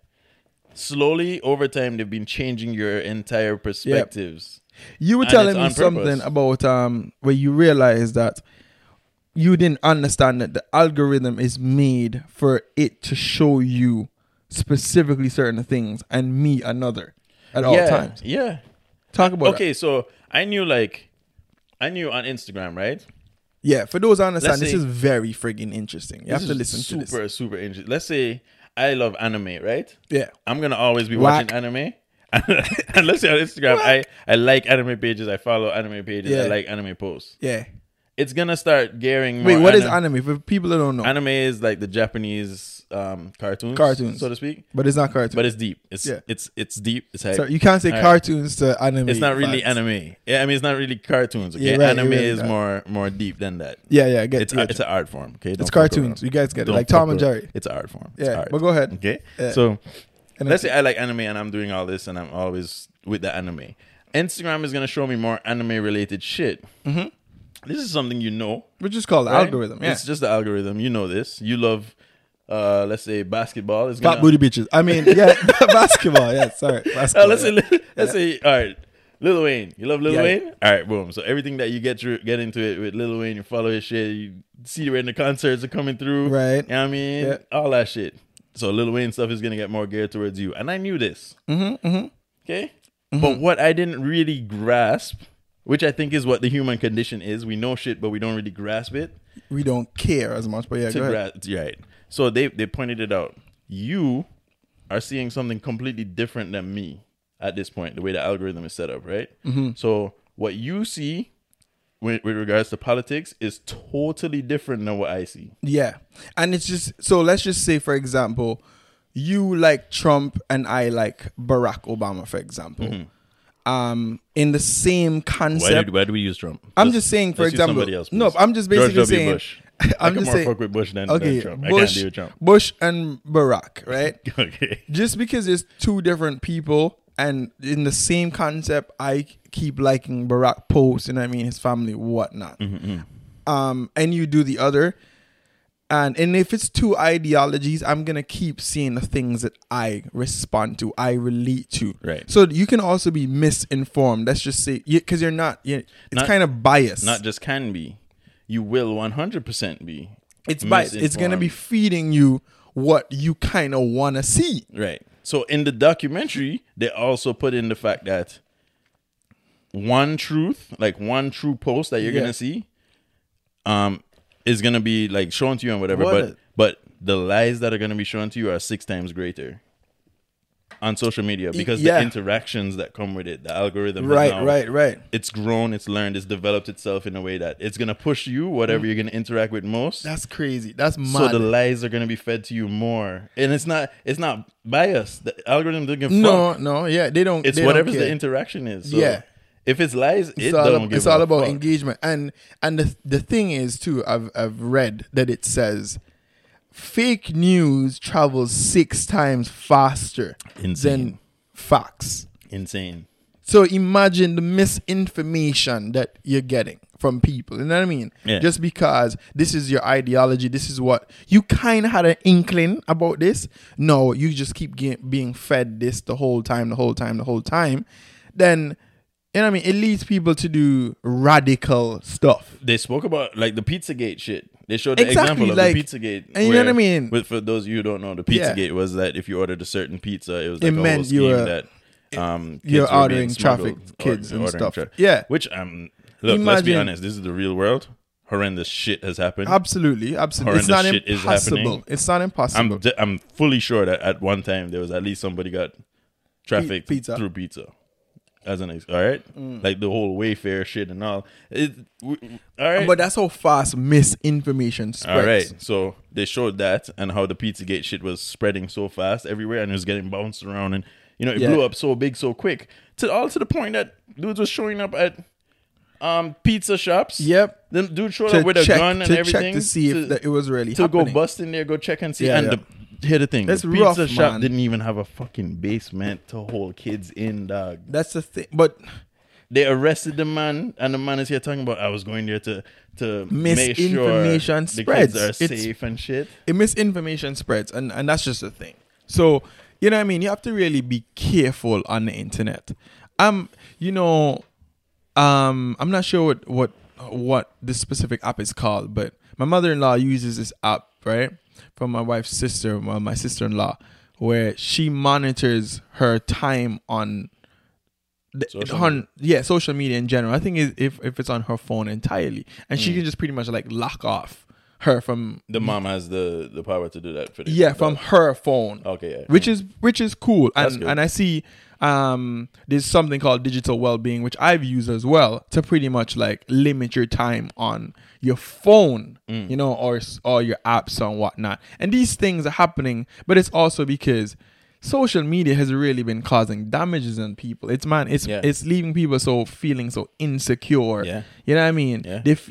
Speaker 3: Slowly over time, they've been changing your entire perspectives.
Speaker 2: You were
Speaker 3: And
Speaker 2: telling
Speaker 3: it's
Speaker 2: me
Speaker 3: on
Speaker 2: something
Speaker 3: purpose.
Speaker 2: about um where you realized that you didn't understand that the algorithm is made for it to show you specifically certain things and me another at all
Speaker 3: yeah,
Speaker 2: times.
Speaker 3: Yeah.
Speaker 2: Talk about
Speaker 3: okay, so I knew like, I knew on Instagram, right?
Speaker 2: that. Yeah, for those who understand, this
Speaker 3: Let's say-
Speaker 2: is very friggin' interesting. You have
Speaker 3: This
Speaker 2: to
Speaker 3: is
Speaker 2: listen
Speaker 3: super,
Speaker 2: to this.
Speaker 3: Super, interesting. Let's say I love anime, right?
Speaker 2: Yeah.
Speaker 3: I'm gonna always be
Speaker 2: Whack.
Speaker 3: watching anime. and let's say on Instagram, I, I like anime pages, I follow anime pages,
Speaker 2: Yeah.
Speaker 3: I like anime posts.
Speaker 2: Yeah.
Speaker 3: It's gonna start gearing.
Speaker 2: Wait,
Speaker 3: more
Speaker 2: what is
Speaker 3: anim-
Speaker 2: anime? For people that don't know,
Speaker 3: Anime is like the Japanese um, cartoons,
Speaker 2: Cartoons.
Speaker 3: so to speak.
Speaker 2: but it's not cartoon.
Speaker 3: But it's deep. It's
Speaker 2: Yeah.
Speaker 3: it's it's deep. It's hype.
Speaker 2: so you can't say
Speaker 3: All right.
Speaker 2: cartoons to anime.
Speaker 3: It's not really
Speaker 2: fans.
Speaker 3: anime. Yeah, I mean it's not really cartoons. Okay,
Speaker 2: Yeah, right,
Speaker 3: anime
Speaker 2: you're right.
Speaker 3: is more more deep than that.
Speaker 2: Yeah, yeah, I get
Speaker 3: it's
Speaker 2: it.
Speaker 3: a, it's an art form. Okay, Don't fuck
Speaker 2: cartoons.
Speaker 3: around.
Speaker 2: You guys get it.
Speaker 3: Don't
Speaker 2: Like Tom
Speaker 3: fuck
Speaker 2: and
Speaker 3: around.
Speaker 2: Jerry.
Speaker 3: It's art form. It's
Speaker 2: Yeah,
Speaker 3: art.
Speaker 2: but go ahead.
Speaker 3: Okay,
Speaker 2: Yeah.
Speaker 3: so
Speaker 2: And
Speaker 3: let's
Speaker 2: then-
Speaker 3: say I like anime and I'm doing all this and I'm always with the anime. Instagram is gonna show me more anime related shit. Mm-hmm. This is something you know.
Speaker 2: which is called the
Speaker 3: right?
Speaker 2: algorithm. Yeah.
Speaker 3: It's just the algorithm. You know this. You love, uh, let's say basketball. It's
Speaker 2: Fat
Speaker 3: gonna-
Speaker 2: booty bitches. I mean, yeah, basketball. Yeah, sorry. Basketball,
Speaker 3: Oh, let's
Speaker 2: yeah.
Speaker 3: say, let's say, all right, Lil Wayne. You love Lil
Speaker 2: Yeah.
Speaker 3: Wayne? All right, boom. So everything that you get through, get into it with Lil Wayne, you follow his shit, you see where the concerts are coming through.
Speaker 2: Right.
Speaker 3: You know what I mean?
Speaker 2: Yeah.
Speaker 3: All that shit. So Lil Wayne stuff is going to get more geared towards you. And I knew this. Mm-hmm. Okay. But what I didn't really grasp, which I think is what the human condition is, we know shit, but we don't really grasp it.
Speaker 2: we don't care as much, but yeah,
Speaker 3: To
Speaker 2: go ahead.
Speaker 3: grasp, right. So they, they pointed it out. You are seeing something completely different than me at this point, the way the algorithm is set up, right?
Speaker 2: Mm-hmm.
Speaker 3: So what you see with, with regards to politics is totally different than what I see.
Speaker 2: Yeah, and it's just so. Let's just say, for example, you like Trump and I like Barack Obama, for example. Um, in the same concept.
Speaker 3: Mm-hmm. why do we use Trump?
Speaker 2: I'm just saying, for
Speaker 3: let's use
Speaker 2: example,
Speaker 3: somebody else,
Speaker 2: no,
Speaker 3: please.
Speaker 2: I'm just
Speaker 3: George
Speaker 2: basically
Speaker 3: W.
Speaker 2: saying,
Speaker 3: Bush. I
Speaker 2: I'm just
Speaker 3: can more
Speaker 2: saying,
Speaker 3: fuck with Bush than- than
Speaker 2: okay,
Speaker 3: Trump. I can't
Speaker 2: Bush,
Speaker 3: deal with Trump.
Speaker 2: Bush and Barack, right?
Speaker 3: Okay.
Speaker 2: just because it's two different people and in the same concept, I keep liking Barack posts, you know what I mean, his family, whatnot.
Speaker 3: Mm-hmm,
Speaker 2: Um, and you do the other. And and if it's two ideologies, I'm gonna keep seeing the things that I respond to, I relate to.
Speaker 3: Right.
Speaker 2: So you can also be misinformed. Let's just say because you're not. you it's
Speaker 3: Not-
Speaker 2: kind of biased.
Speaker 3: Not just can be. You will 100% be.
Speaker 2: it's biased. It's gonna be feeding you what you kind of want to see.
Speaker 3: Right. So in the documentary, they also put in the fact that one truth, like one true post that you're
Speaker 2: Yeah.
Speaker 3: gonna see, um, is gonna be like shown to you and whatever.
Speaker 2: What
Speaker 3: but
Speaker 2: a-
Speaker 3: but the lies that are gonna be shown to you are six times greater on social media because
Speaker 2: yeah.
Speaker 3: the interactions that come with it, the algorithm, has
Speaker 2: Right,
Speaker 3: now-
Speaker 2: right, right.
Speaker 3: It's grown, it's learned, it's developed itself in a way that it's gonna push you whatever you're gonna interact with most.
Speaker 2: Mm. That's crazy. That's
Speaker 3: So
Speaker 2: mad.
Speaker 3: the lies are gonna be fed to you more, and it's not it's not biased. The algorithm doesn't give a
Speaker 2: no,
Speaker 3: fuck.
Speaker 2: no, yeah, they don't.
Speaker 3: it's
Speaker 2: they don't
Speaker 3: whatever the
Speaker 2: care.
Speaker 3: interaction is. So
Speaker 2: Yeah.
Speaker 3: If it's lies, it
Speaker 2: it's
Speaker 3: don't
Speaker 2: all, ab-
Speaker 3: give
Speaker 2: it's all
Speaker 3: a
Speaker 2: about
Speaker 3: fuck.
Speaker 2: engagement and and the, the thing is too I've, I've read that it says fake news travels six times faster
Speaker 3: Insane.
Speaker 2: than facts
Speaker 3: Insane.
Speaker 2: so imagine the misinformation that you're getting from people you know what i mean
Speaker 3: Yeah.
Speaker 2: just because this is your ideology this is what you kind of had an inkling about this no you just keep get, being fed this the whole time the whole time the whole time then you know what i mean it leads people to do radical stuff
Speaker 3: They spoke about like the Pizzagate shit. They showed the
Speaker 2: Exactly,
Speaker 3: example of
Speaker 2: like-
Speaker 3: the Pizzagate.
Speaker 2: and you know what I
Speaker 3: where-
Speaker 2: mean?
Speaker 3: With, for those of you who don't know, the
Speaker 2: Yeah.
Speaker 3: Pizzagate was that if you ordered a certain pizza, it was
Speaker 2: It
Speaker 3: like a whole
Speaker 2: meant you
Speaker 3: scheme
Speaker 2: were-
Speaker 3: that um, kids
Speaker 2: you're
Speaker 3: were being
Speaker 2: ordering traffic
Speaker 3: smuggled,
Speaker 2: kids and
Speaker 3: ordering
Speaker 2: stuff.
Speaker 3: tra-
Speaker 2: Yeah.
Speaker 3: Which um, look, let's be
Speaker 2: Imagine-
Speaker 3: honest. This is the real world. Horrendous shit has happened.
Speaker 2: absolutely absolutely it's not
Speaker 3: Horrendous shit is
Speaker 2: impossible
Speaker 3: happening.
Speaker 2: it's not impossible
Speaker 3: I'm d am fully sure that at one time there was at least somebody got trafficked
Speaker 2: Pe- pizza. Mm.
Speaker 3: through pizza. As an ex- all right, like the whole Wayfair shit and all. It, w- all right,
Speaker 2: but that's how fast misinformation spreads
Speaker 3: all right. So they showed that and how the Pizzagate shit was spreading so fast everywhere and it was getting bounced around and you know it
Speaker 2: Yeah.
Speaker 3: blew up so big so quick to all to the point that dudes was showing up at um pizza shops.
Speaker 2: Yep.
Speaker 3: Then dude showed
Speaker 2: to
Speaker 3: up with a
Speaker 2: check-
Speaker 3: gun and
Speaker 2: to check
Speaker 3: everything
Speaker 2: to see if that it was really
Speaker 3: to go
Speaker 2: happening.
Speaker 3: bust in there, go check and see.
Speaker 2: Yeah,
Speaker 3: and
Speaker 2: yeah.
Speaker 3: The, here the thing,
Speaker 2: That's
Speaker 3: the pizza
Speaker 2: rough,
Speaker 3: shop
Speaker 2: man.
Speaker 3: didn't even have a fucking basement to hold kids in, dog.
Speaker 2: that's the thing but
Speaker 3: They arrested the man, and the man is here talking about I was going there to to make sure
Speaker 2: Misinformation
Speaker 3: the
Speaker 2: spreads.
Speaker 3: kids are
Speaker 2: It's-
Speaker 3: safe and shit.
Speaker 2: it misinformation spreads and, and that's just the thing so you know what i mean you have to really be careful on the internet um you know um i'm not sure what what what this specific app is called but my mother-in-law uses this app right from my wife's sister my, my sister-in-law where she monitors her time on the,
Speaker 3: Social
Speaker 2: on yeah social media in general i think is if, if it's on her phone entirely and she can just pretty much like lock off her from
Speaker 3: The mom has the the power to do that for them.
Speaker 2: yeah, from her phone.
Speaker 3: Okay, yeah.
Speaker 2: Which is which is cool.
Speaker 3: That's
Speaker 2: And
Speaker 3: good.
Speaker 2: and I see um there's something called digital well-being which I've used as well to pretty much like limit your time on your phone,
Speaker 3: Mm.
Speaker 2: you know, or s- or your apps and whatnot. And these things are happening, but it's also because social media has really been causing damages on people. It's man, it's
Speaker 3: Yeah.
Speaker 2: it's leaving people so feeling so insecure.
Speaker 3: Yeah.
Speaker 2: You know what I mean?
Speaker 3: Yeah.
Speaker 2: They f-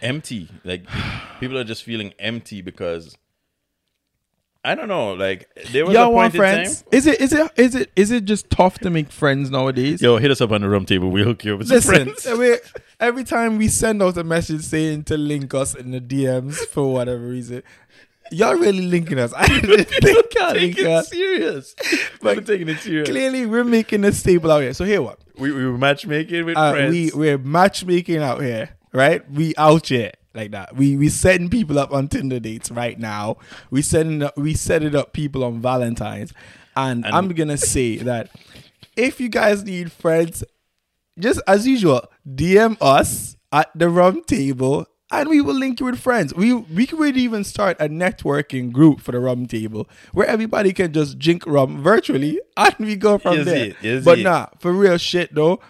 Speaker 3: empty. Like people are just feeling empty because I don't know. Like there was a
Speaker 2: Y'all
Speaker 3: point
Speaker 2: want
Speaker 3: in
Speaker 2: friends?
Speaker 3: time.
Speaker 2: Is it is it is it is it just tough to make friends nowadays?
Speaker 3: Yo, hit us up on the room table. We hook you up with
Speaker 2: Listen,
Speaker 3: some friends.
Speaker 2: we, every time we send out a message saying to link us in the DMs for whatever reason, y'all really linking us. I didn't think y'all
Speaker 3: Take
Speaker 2: linking
Speaker 3: it
Speaker 2: us.
Speaker 3: serious. Like, taking it serious.
Speaker 2: Clearly, we're making a staple out here. So here what?
Speaker 3: We we were matchmaking with
Speaker 2: Uh,
Speaker 3: friends.
Speaker 2: we we're matchmaking out here, right? We out here like that. We we setting people up on Tinder dates right now. We setting up, we setting up people on Valentine's, and, I'm gonna say that if you guys need friends, just as usual, DM us at the rum table. And we will link you with friends. We we could even start a networking group for the rum table where everybody can just drink rum virtually, and we go from
Speaker 3: Is
Speaker 2: there.
Speaker 3: it? Is
Speaker 2: but
Speaker 3: it?
Speaker 2: nah, for real shit though,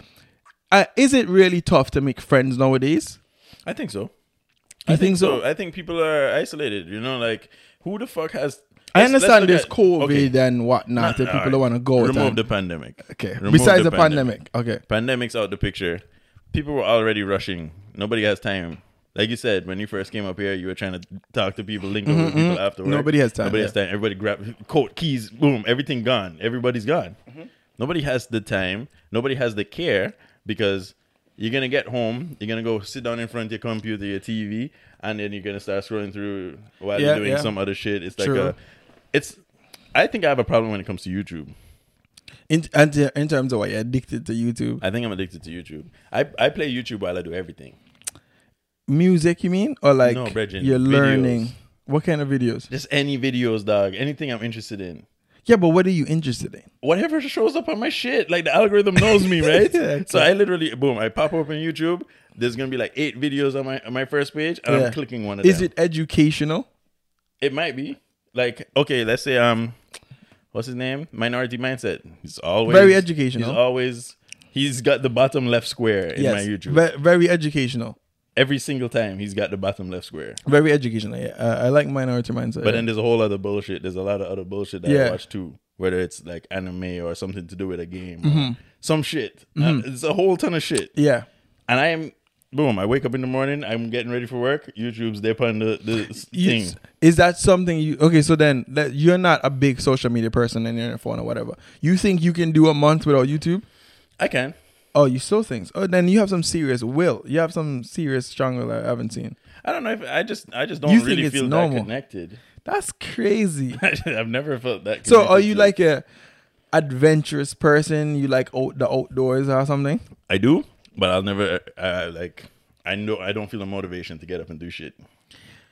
Speaker 2: uh, is it really tough to make friends nowadays?
Speaker 3: I think so.
Speaker 2: You
Speaker 3: I think
Speaker 2: think so?
Speaker 3: so. I think people are isolated. You know, like who the fuck has?
Speaker 2: I
Speaker 3: let's- let's
Speaker 2: understand
Speaker 3: look
Speaker 2: there's
Speaker 3: at-
Speaker 2: COVID
Speaker 3: okay.
Speaker 2: and whatnot that
Speaker 3: Nah,
Speaker 2: people
Speaker 3: alright.
Speaker 2: don't want to go. out
Speaker 3: Remove
Speaker 2: and-
Speaker 3: the pandemic.
Speaker 2: okay.
Speaker 3: Remove
Speaker 2: Besides the pandemic. okay.
Speaker 3: pandemic's out the picture. People were already rushing. Nobody has time. Like you said, when you first came up here, you were trying to talk to people, link up with people after work.
Speaker 2: Mm-hmm, Nobody has time,
Speaker 3: Nobody
Speaker 2: yeah.
Speaker 3: has time. Everybody grab coat, keys, boom, everything gone. Everybody's gone. Nobody has the time. Nobody has the care because you're gonna get home. You're gonna go sit down in front of your computer, your TV, and then you're gonna start scrolling through while
Speaker 2: Yeah,
Speaker 3: you're doing
Speaker 2: yeah.
Speaker 3: some other shit. It's like
Speaker 2: True.
Speaker 3: a, it's. I think I have a problem when it comes to YouTube.
Speaker 2: In, and t- in terms of what you're addicted to YouTube,
Speaker 3: I think I'm addicted to YouTube. I, I play YouTube while I do everything.
Speaker 2: music, you mean, or like
Speaker 3: No, Bridget,
Speaker 2: you're
Speaker 3: videos.
Speaker 2: learning? What kind of videos?
Speaker 3: Just any videos, dog. Anything I'm interested in.
Speaker 2: Yeah, but what are you interested in?
Speaker 3: Whatever shows up on my shit, like the algorithm knows me, right?
Speaker 2: Yeah,
Speaker 3: so I literally, boom, I pop open YouTube. There's gonna be like eight videos on my on my first page, and
Speaker 2: Yeah.
Speaker 3: I'm clicking one of
Speaker 2: Is
Speaker 3: them.
Speaker 2: it educational?
Speaker 3: It might be like okay, let's say um, what's his name? Minority Mindset. He's always
Speaker 2: Very educational.
Speaker 3: He's always he's got the bottom left square in
Speaker 2: yes.
Speaker 3: my YouTube.
Speaker 2: Ve- very educational.
Speaker 3: Every single time he's got the bottom left square.
Speaker 2: Very educational. Yeah, uh, I like minority mindset.
Speaker 3: But then there's a whole other bullshit. There's a lot of other bullshit that I
Speaker 2: Yeah.
Speaker 3: watch too, whether it's like anime or something to do with a game, or some shit. Uh, it's a whole ton of shit.
Speaker 2: Mm-hmm. Yeah.
Speaker 3: And I'm boom. I wake up in the morning. I'm getting ready for work. YouTube's there on the the s- thing.
Speaker 2: Is, is that something you okay? So then that you're not a big social media person and you're on your phone or whatever. You think you can do a month without YouTube?
Speaker 3: I can.
Speaker 2: Oh, you still things. Oh, then you have some serious will. You have some serious strong will I haven't seen.
Speaker 3: I don't know if I just I just don't
Speaker 2: You think
Speaker 3: really
Speaker 2: it's
Speaker 3: feel
Speaker 2: normal.
Speaker 3: that connected.
Speaker 2: That's crazy.
Speaker 3: I've never felt that.
Speaker 2: So are
Speaker 3: connected
Speaker 2: you
Speaker 3: to-
Speaker 2: like a adventurous person? You like out, the outdoors or something?
Speaker 3: I do, but I'll never uh, like. I know I don't feel the motivation to get up and do shit.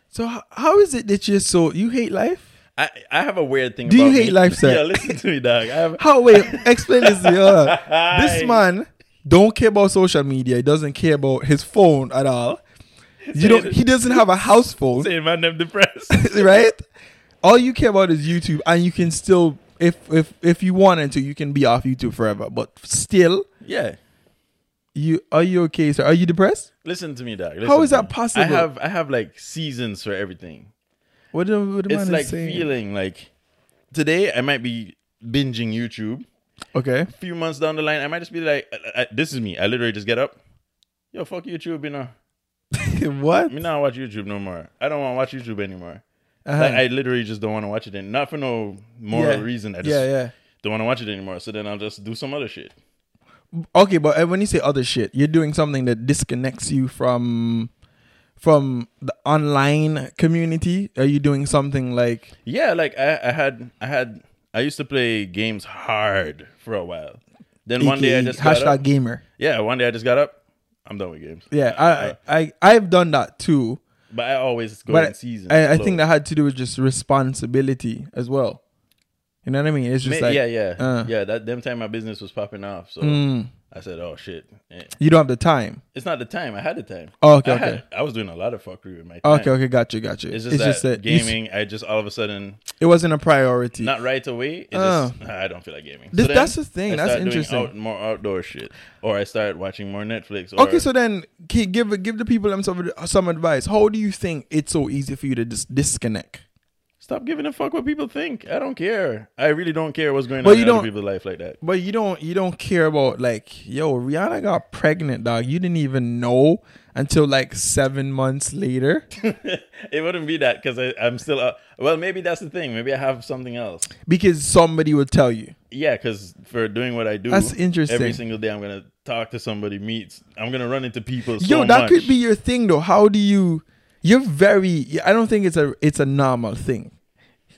Speaker 2: So h- how is it that you're so you hate life?
Speaker 3: I, I have a weird thing.
Speaker 2: Do you
Speaker 3: about
Speaker 2: hate
Speaker 3: me.
Speaker 2: life, sir?
Speaker 3: yeah, listen to me, dog. I have,
Speaker 2: How wait, explain this to me. hold on. This man don't care about social media. He doesn't care about his phone at all. You don't he doesn't have a house phone,
Speaker 3: saying man, I'm depressed.
Speaker 2: right? All you care about is YouTube and you can still if if if you wanted to, you can be off YouTube forever. But still,
Speaker 3: yeah,
Speaker 2: you are you okay, sir? Are you depressed?
Speaker 3: listen to me, dog. Listen
Speaker 2: How is
Speaker 3: to
Speaker 2: that
Speaker 3: me.
Speaker 2: possible?
Speaker 3: I have I have like seasons for everything.
Speaker 2: What the, what the man
Speaker 3: it's
Speaker 2: is
Speaker 3: like
Speaker 2: saying?
Speaker 3: feeling like today I might be binging YouTube.
Speaker 2: Okay.
Speaker 3: A few months down the line, I might just be like, I, I, "This is me." I literally just get up. Yo, fuck YouTube, you know.
Speaker 2: what?
Speaker 3: Me not watch YouTube no more. I don't want to watch YouTube anymore. Like, I literally just don't want to watch it. And not for no moral
Speaker 2: Uh-huh. Yeah.
Speaker 3: reason. I just
Speaker 2: Yeah, yeah.
Speaker 3: don't want to watch it anymore. So then I'll just do some other shit.
Speaker 2: Okay, but uh, when you say other shit, you're doing something that disconnects you from from the online community. Are you doing something like
Speaker 3: Yeah, like I, I had, I had, I used to play games hard for a while. Then one day I
Speaker 2: aka
Speaker 3: just got
Speaker 2: E hashtag
Speaker 3: up.
Speaker 2: gamer?
Speaker 3: Yeah, one day I just got up. I'm done with games.
Speaker 2: Yeah, I, I I I've done that too,
Speaker 3: But I always go Uh, in
Speaker 2: but
Speaker 3: seasons.
Speaker 2: I, I
Speaker 3: slow.
Speaker 2: think that had to do with just responsibility as well. You know what I mean? It's just
Speaker 3: Ma-
Speaker 2: like
Speaker 3: yeah, yeah,
Speaker 2: uh, Mm.
Speaker 3: yeah. That them time my business was popping off, so I said, "Oh shit, Eh,
Speaker 2: You don't have the time.
Speaker 3: it's not the time." I had the time.
Speaker 2: Oh, okay,
Speaker 3: I
Speaker 2: okay.
Speaker 3: had- I was doing a lot of fuckery with my time.
Speaker 2: Okay, okay, got you, got you.
Speaker 3: It's just that
Speaker 2: you s-
Speaker 3: gaming. I just all of a sudden,
Speaker 2: it wasn't a priority.
Speaker 3: not right away. It just I don't feel like gaming.
Speaker 2: Oh. This-
Speaker 3: then
Speaker 2: that's the thing,
Speaker 3: I
Speaker 2: that's
Speaker 3: start doing
Speaker 2: interesting.
Speaker 3: out- more outdoor shit, or I start watching more Netflix. Or,
Speaker 2: Okay, so then ki- give give the people them some, some advice. How do you think it's so easy for you to just disconnect?
Speaker 3: stop giving a fuck what people think. I don't care. I really don't care what's going
Speaker 2: But
Speaker 3: on
Speaker 2: you
Speaker 3: in other
Speaker 2: don't-
Speaker 3: people's life like that.
Speaker 2: But you don't you don't care about like yo Rihanna got pregnant dog. You didn't even know until like seven months later.
Speaker 3: It wouldn't be that because I'm still. Uh, well, maybe that's the thing. Maybe I have something else.
Speaker 2: because somebody would tell you.
Speaker 3: Yeah, because for doing what I do,
Speaker 2: That's interesting.
Speaker 3: Every single day, I'm gonna talk to somebody, meet. I'm gonna run into people. So
Speaker 2: yo, that could
Speaker 3: much.
Speaker 2: be your thing though. How do you? You're very. I don't think it's a it's a normal thing.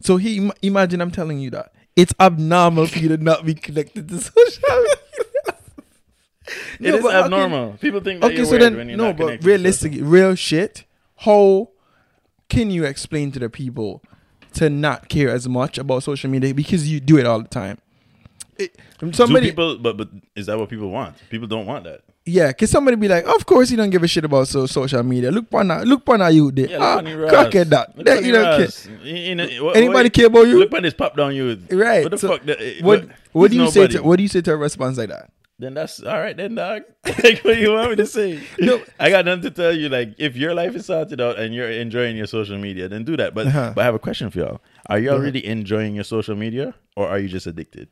Speaker 2: So he im- imagine I'm telling you that it's abnormal for you to not be connected to social. media.
Speaker 3: It
Speaker 2: No,
Speaker 3: is
Speaker 2: but how can-
Speaker 3: abnormal. people think that
Speaker 2: okay,
Speaker 3: you're
Speaker 2: so
Speaker 3: weird
Speaker 2: then
Speaker 3: when you're
Speaker 2: no,
Speaker 3: not
Speaker 2: but
Speaker 3: connected to social-
Speaker 2: realistically, real shit. How can you explain to the people to not care as much about social media because you do it all the time? It,
Speaker 3: Do
Speaker 2: somebody,
Speaker 3: people, but but is that what people want? People don't want that.
Speaker 2: yeah, cause somebody be like, of course you don't give a shit about so, social media. Look pon that, look pon that you there.
Speaker 3: Yeah,
Speaker 2: ah,
Speaker 3: look on your
Speaker 2: crack at that.
Speaker 3: Look
Speaker 2: That
Speaker 3: on
Speaker 2: you
Speaker 3: your
Speaker 2: don't care.
Speaker 3: ass. You- you know, what-
Speaker 2: Anybody
Speaker 3: what-
Speaker 2: care about you?
Speaker 3: Look at this pop down you.
Speaker 2: Right.
Speaker 3: What the
Speaker 2: so
Speaker 3: fuck? the-
Speaker 2: what, what do you
Speaker 3: he's
Speaker 2: say? To,
Speaker 3: nobody.
Speaker 2: what do you say to a response like that?
Speaker 3: Then that's all right. Then dog, like what you want me to say?
Speaker 2: No.
Speaker 3: I got nothing to tell you. Like if your life is sorted out and you're enjoying your social media, then do that. But
Speaker 2: Uh-huh.
Speaker 3: but I have a question for y'all. Are y'all really enjoying your social media, or are you just addicted?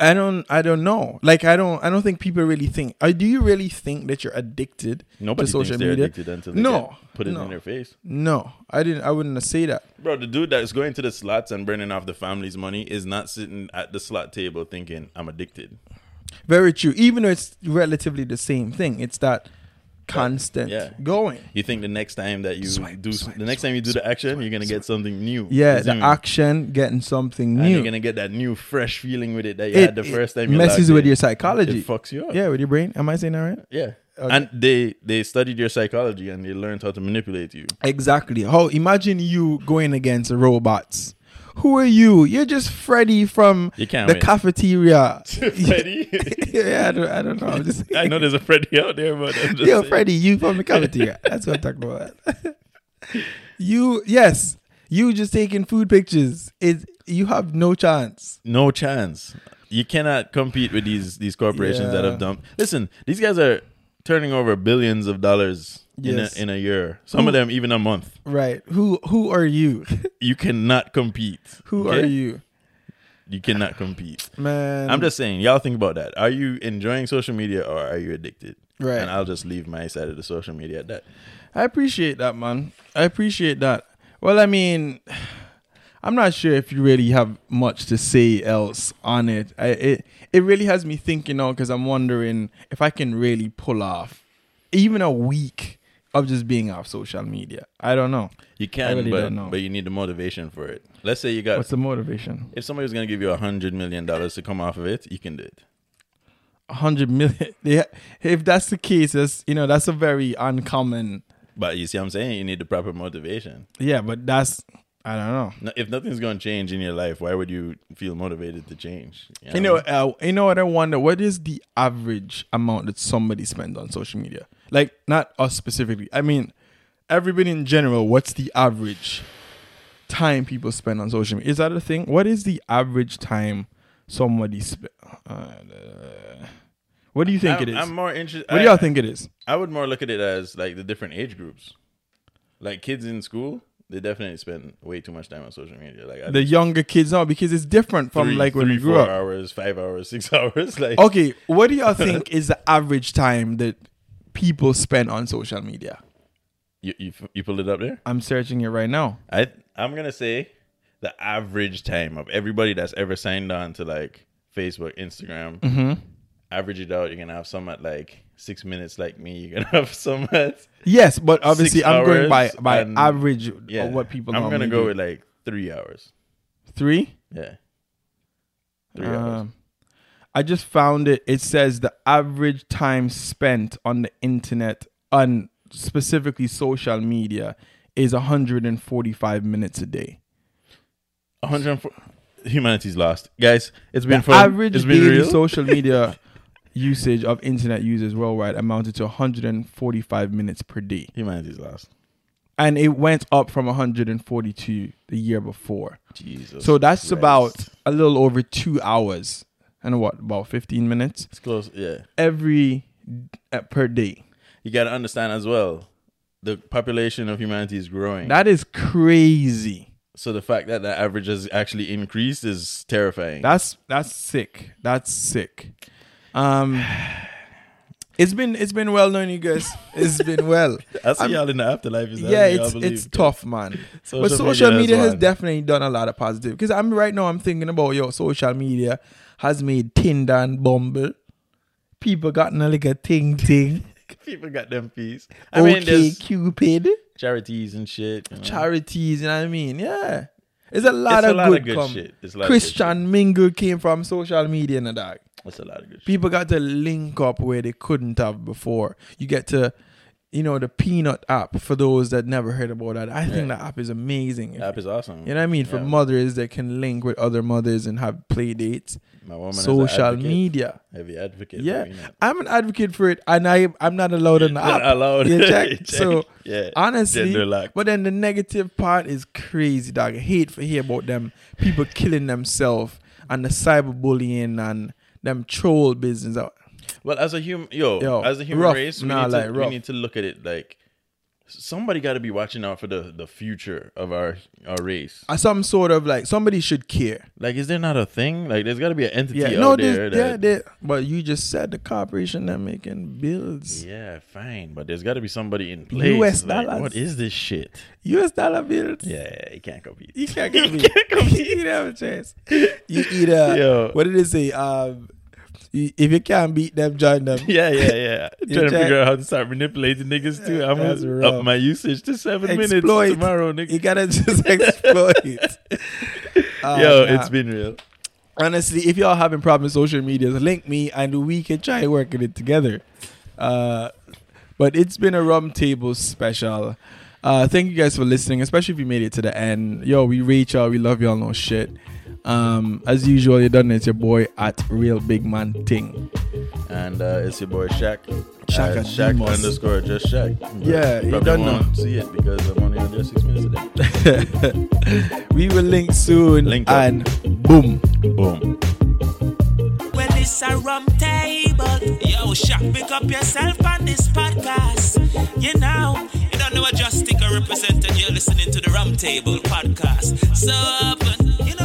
Speaker 2: I don't. I don't know. Like I don't. I don't think people really think. Uh, do you really think that you're addicted
Speaker 3: Nobody
Speaker 2: to social
Speaker 3: thinks they're
Speaker 2: media?
Speaker 3: addicted until they
Speaker 2: no.
Speaker 3: get- put it
Speaker 2: no,
Speaker 3: in their face.
Speaker 2: No, I didn't. I wouldn't say that.
Speaker 3: Bro, the dude that is going to the slots and burning off the family's money is not sitting at the slot table thinking I'm addicted.
Speaker 2: Very true. Even though it's relatively the same thing, it's that constant
Speaker 3: Yeah.
Speaker 2: going.
Speaker 3: You think the next time that you do the next time you do the action, you're gonna get something new.
Speaker 2: Yeah,
Speaker 3: You see
Speaker 2: the
Speaker 3: me?
Speaker 2: action, getting something
Speaker 3: Mm-hmm. And
Speaker 2: new.
Speaker 3: you're gonna get that new fresh feeling with it that you
Speaker 2: It-
Speaker 3: had the
Speaker 2: it
Speaker 3: first time. you
Speaker 2: messes
Speaker 3: logged
Speaker 2: with
Speaker 3: in.
Speaker 2: your psychology.
Speaker 3: It fucks you up.
Speaker 2: yeah, with your brain. Am I saying that right?
Speaker 3: Yeah. And they they studied your psychology and they learned how to manipulate you.
Speaker 2: Exactly. How imagine you going against robots. Who are you? You're just Freddy from
Speaker 3: You can't
Speaker 2: the
Speaker 3: win.
Speaker 2: cafeteria.
Speaker 3: Freddy?
Speaker 2: yeah, I don't, I don't know. I'm just
Speaker 3: I know there's a Freddy out there, but I'm just
Speaker 2: Yo,
Speaker 3: saying.
Speaker 2: Freddy, you from the cafeteria. That's what I'm talking about. you, yes, you just taking food pictures. It, you have no chance.
Speaker 3: No chance. You cannot compete with these these corporations that
Speaker 2: Yeah.
Speaker 3: have dumped. Listen, these guys are turning over billions of dollars
Speaker 2: Yes.
Speaker 3: in a, in a year. Some of them even a month.
Speaker 2: Right? Who, who are you?
Speaker 3: You cannot compete.
Speaker 2: who
Speaker 3: okay?
Speaker 2: are you?
Speaker 3: You cannot compete.
Speaker 2: man.
Speaker 3: I'm just saying, y'all think about that. Are you enjoying social media or are you addicted?
Speaker 2: Right.
Speaker 3: And I'll just leave my side of the social media at that.
Speaker 2: I appreciate that, man. I appreciate that. Well, I mean, I'm not sure if you really have much to say else on it. I, it it really has me thinking now because I'm wondering if I can really pull off even a week of just being off social media. I don't know.
Speaker 3: You can,
Speaker 2: really
Speaker 3: but
Speaker 2: don't know.
Speaker 3: but you need the motivation for it. Let's say you got
Speaker 2: What's the motivation?
Speaker 3: if somebody was gonna give you a hundred million dollars to come off of it, you can do it.
Speaker 2: A hundred million. Yeah, if that's the case, that's you know that's a very uncommon.
Speaker 3: But you see what I'm saying? You need the proper motivation.
Speaker 2: Yeah, but that's I don't know.
Speaker 3: No, if nothing's gonna change in your life, why would you feel motivated to change?
Speaker 2: You know, uh, you know what I wonder? What is the average amount that somebody spends on social media? Like, not us specifically. I mean, everybody in general. What's the average time people spend on social media? Is that a thing? What is the average time somebody spend? Uh, what do you think
Speaker 3: I'm,
Speaker 2: it is?
Speaker 3: I'm more interested.
Speaker 2: what do y'all think it is?
Speaker 3: I would more look at it as like the different age groups. Like kids in school, they definitely spend way too much time on social media. Like I
Speaker 2: The younger kids now, because it's different from
Speaker 3: three-
Speaker 2: like when
Speaker 3: three,
Speaker 2: we grew
Speaker 3: four
Speaker 2: up.
Speaker 3: hours, five hours, six hours. Like
Speaker 2: Okay, what do y'all think is the average time that people spend on social media?
Speaker 3: you, you you pulled it up there.
Speaker 2: I'm searching it right now.
Speaker 3: I I'm gonna say the average time of everybody that's ever signed on to like Facebook, Instagram.
Speaker 2: Mm-hmm.
Speaker 3: Average it out, you're gonna have some at like six minutes, like me. You're gonna have some at
Speaker 2: Yes, but obviously
Speaker 3: Six
Speaker 2: I'm going by
Speaker 3: hours
Speaker 2: by
Speaker 3: and-
Speaker 2: average
Speaker 3: yeah.
Speaker 2: of what people.
Speaker 3: I'm gonna
Speaker 2: normally
Speaker 3: go
Speaker 2: do.
Speaker 3: with like three hours.
Speaker 2: three.
Speaker 3: Yeah, three hours.
Speaker 2: Um, I just found it. It says the average time spent on the internet on specifically social media is 145 minutes a day.
Speaker 3: 104 humanity's lost guys it's been
Speaker 2: The
Speaker 3: fun
Speaker 2: average
Speaker 3: it's been
Speaker 2: daily
Speaker 3: real
Speaker 2: social media usage of internet users worldwide amounted to 145 minutes per day.
Speaker 3: humanity's lost
Speaker 2: and it went up from 142 the year before.
Speaker 3: Jesus
Speaker 2: So that's
Speaker 3: Christ.
Speaker 2: about a little over two hours and what about 15 minutes
Speaker 3: it's close yeah
Speaker 2: every uh, per day.
Speaker 3: you got to understand as well the population of humanity is growing
Speaker 2: That is crazy.
Speaker 3: so the fact that the average has actually increased is terrifying
Speaker 2: That's that's sick. That's sick. Um, it's been it's been well known, you guys. It's been well.
Speaker 3: i see y'all in the afterlife is that
Speaker 2: yeah,
Speaker 3: what y'all
Speaker 2: it's
Speaker 3: believe?
Speaker 2: it's tough, man.
Speaker 3: Social
Speaker 2: but social
Speaker 3: media is
Speaker 2: media, has
Speaker 3: one.
Speaker 2: definitely done a lot of positive. Because I'm right now, I'm thinking about yo, social media has made Tinder and Bumble. People got no like a ting ting.
Speaker 3: people got them fees i mean
Speaker 2: okay,
Speaker 3: there's
Speaker 2: Cupid,
Speaker 3: charities and shit you know.
Speaker 2: charities. You know what I mean? Yeah, it's a lot,
Speaker 3: It's a
Speaker 2: of,
Speaker 3: lot
Speaker 2: good
Speaker 3: of good
Speaker 2: come.
Speaker 3: shit. It's a lot of good
Speaker 2: Christian Mingle came from social media, and a dog.
Speaker 3: that's a lot of good shit.
Speaker 2: People got to link up where they couldn't have before. You get to, you know, the Peanut app for those that never heard about that. I think that app is amazing. If-
Speaker 3: The app is awesome
Speaker 2: you know what I mean? For
Speaker 3: Yeah.
Speaker 2: mothers that can link with other mothers and have play dates.
Speaker 3: my woman is an
Speaker 2: Social
Speaker 3: advocate.
Speaker 2: media.
Speaker 3: heavy advocate
Speaker 2: Yeah.
Speaker 3: for me.
Speaker 2: I'm an advocate for it and I I'm not allowed on the
Speaker 3: Not
Speaker 2: app.
Speaker 3: allowed.
Speaker 2: You check?
Speaker 3: Check.
Speaker 2: So
Speaker 3: Yeah.
Speaker 2: honestly
Speaker 3: Gender lock.
Speaker 2: but then the negative part is crazy, dog. I hate for hear about them people killing themselves and the cyberbullying and them troll business Uh, out.
Speaker 3: Well, as a human, yo,
Speaker 2: Yo,
Speaker 3: as a human
Speaker 2: rough.
Speaker 3: race, we,
Speaker 2: Nah,
Speaker 3: need
Speaker 2: like,
Speaker 3: to, we
Speaker 2: rough.
Speaker 3: need to look at it like somebody got to be watching out for the the future of our our race.
Speaker 2: Uh, Some sort of like somebody should care.
Speaker 3: Like, is there not a thing? Like, there's got to be an entity
Speaker 2: Yeah,
Speaker 3: out
Speaker 2: no,
Speaker 3: there.
Speaker 2: they, yeah,
Speaker 3: that,
Speaker 2: they, but you just said the corporation that making bills,
Speaker 3: yeah, fine, but there's got to be somebody in place.
Speaker 2: US
Speaker 3: Like,
Speaker 2: dollars.
Speaker 3: what is this shit?
Speaker 2: U.S. dollar bills.
Speaker 3: Yeah, you can't compete.
Speaker 2: You can't get me. you don't have a chance. You either
Speaker 3: Yo.
Speaker 2: what did it say? Um, you- if you can't beat them, join them.
Speaker 3: Yeah, yeah, yeah.
Speaker 2: You
Speaker 3: Trying to
Speaker 2: check.
Speaker 3: figure out how to start manipulating niggas too. I'm
Speaker 2: That's
Speaker 3: gonna
Speaker 2: rough.
Speaker 3: up my usage to seven
Speaker 2: Exploit.
Speaker 3: minutes tomorrow,
Speaker 2: You
Speaker 3: nigga.
Speaker 2: gotta just exploit. Uh,
Speaker 3: Yo,
Speaker 2: nah.
Speaker 3: it's been real.
Speaker 2: honestly, if y'all having problems with social media, link me and we can try working it together. Uh, but it's been a rum table special. Uh, thank you guys for listening, especially if you made it to the end. Yo, we reach y'all. We love y'all. No shit. Um, as usual, you done it. It's your boy at Real Big Man Ting.
Speaker 3: And uh, it's your boy Shaq.
Speaker 2: Shaq
Speaker 3: Uh,
Speaker 2: at
Speaker 3: Shaq
Speaker 2: Demos.
Speaker 3: underscore just Shaq.
Speaker 2: Yeah, you
Speaker 3: probably
Speaker 2: don't know.
Speaker 3: won't see it because I'm only on there six minutes a day.
Speaker 2: we will link soon.
Speaker 3: Link up.
Speaker 2: and boom.
Speaker 3: Boom.
Speaker 1: Well, it's a rum table. Yo, Shaq, pick up yourself on this podcast. You know, you don't know what just stick or represent, and uh, you're listening to the Rum Table podcast. So, but, you know.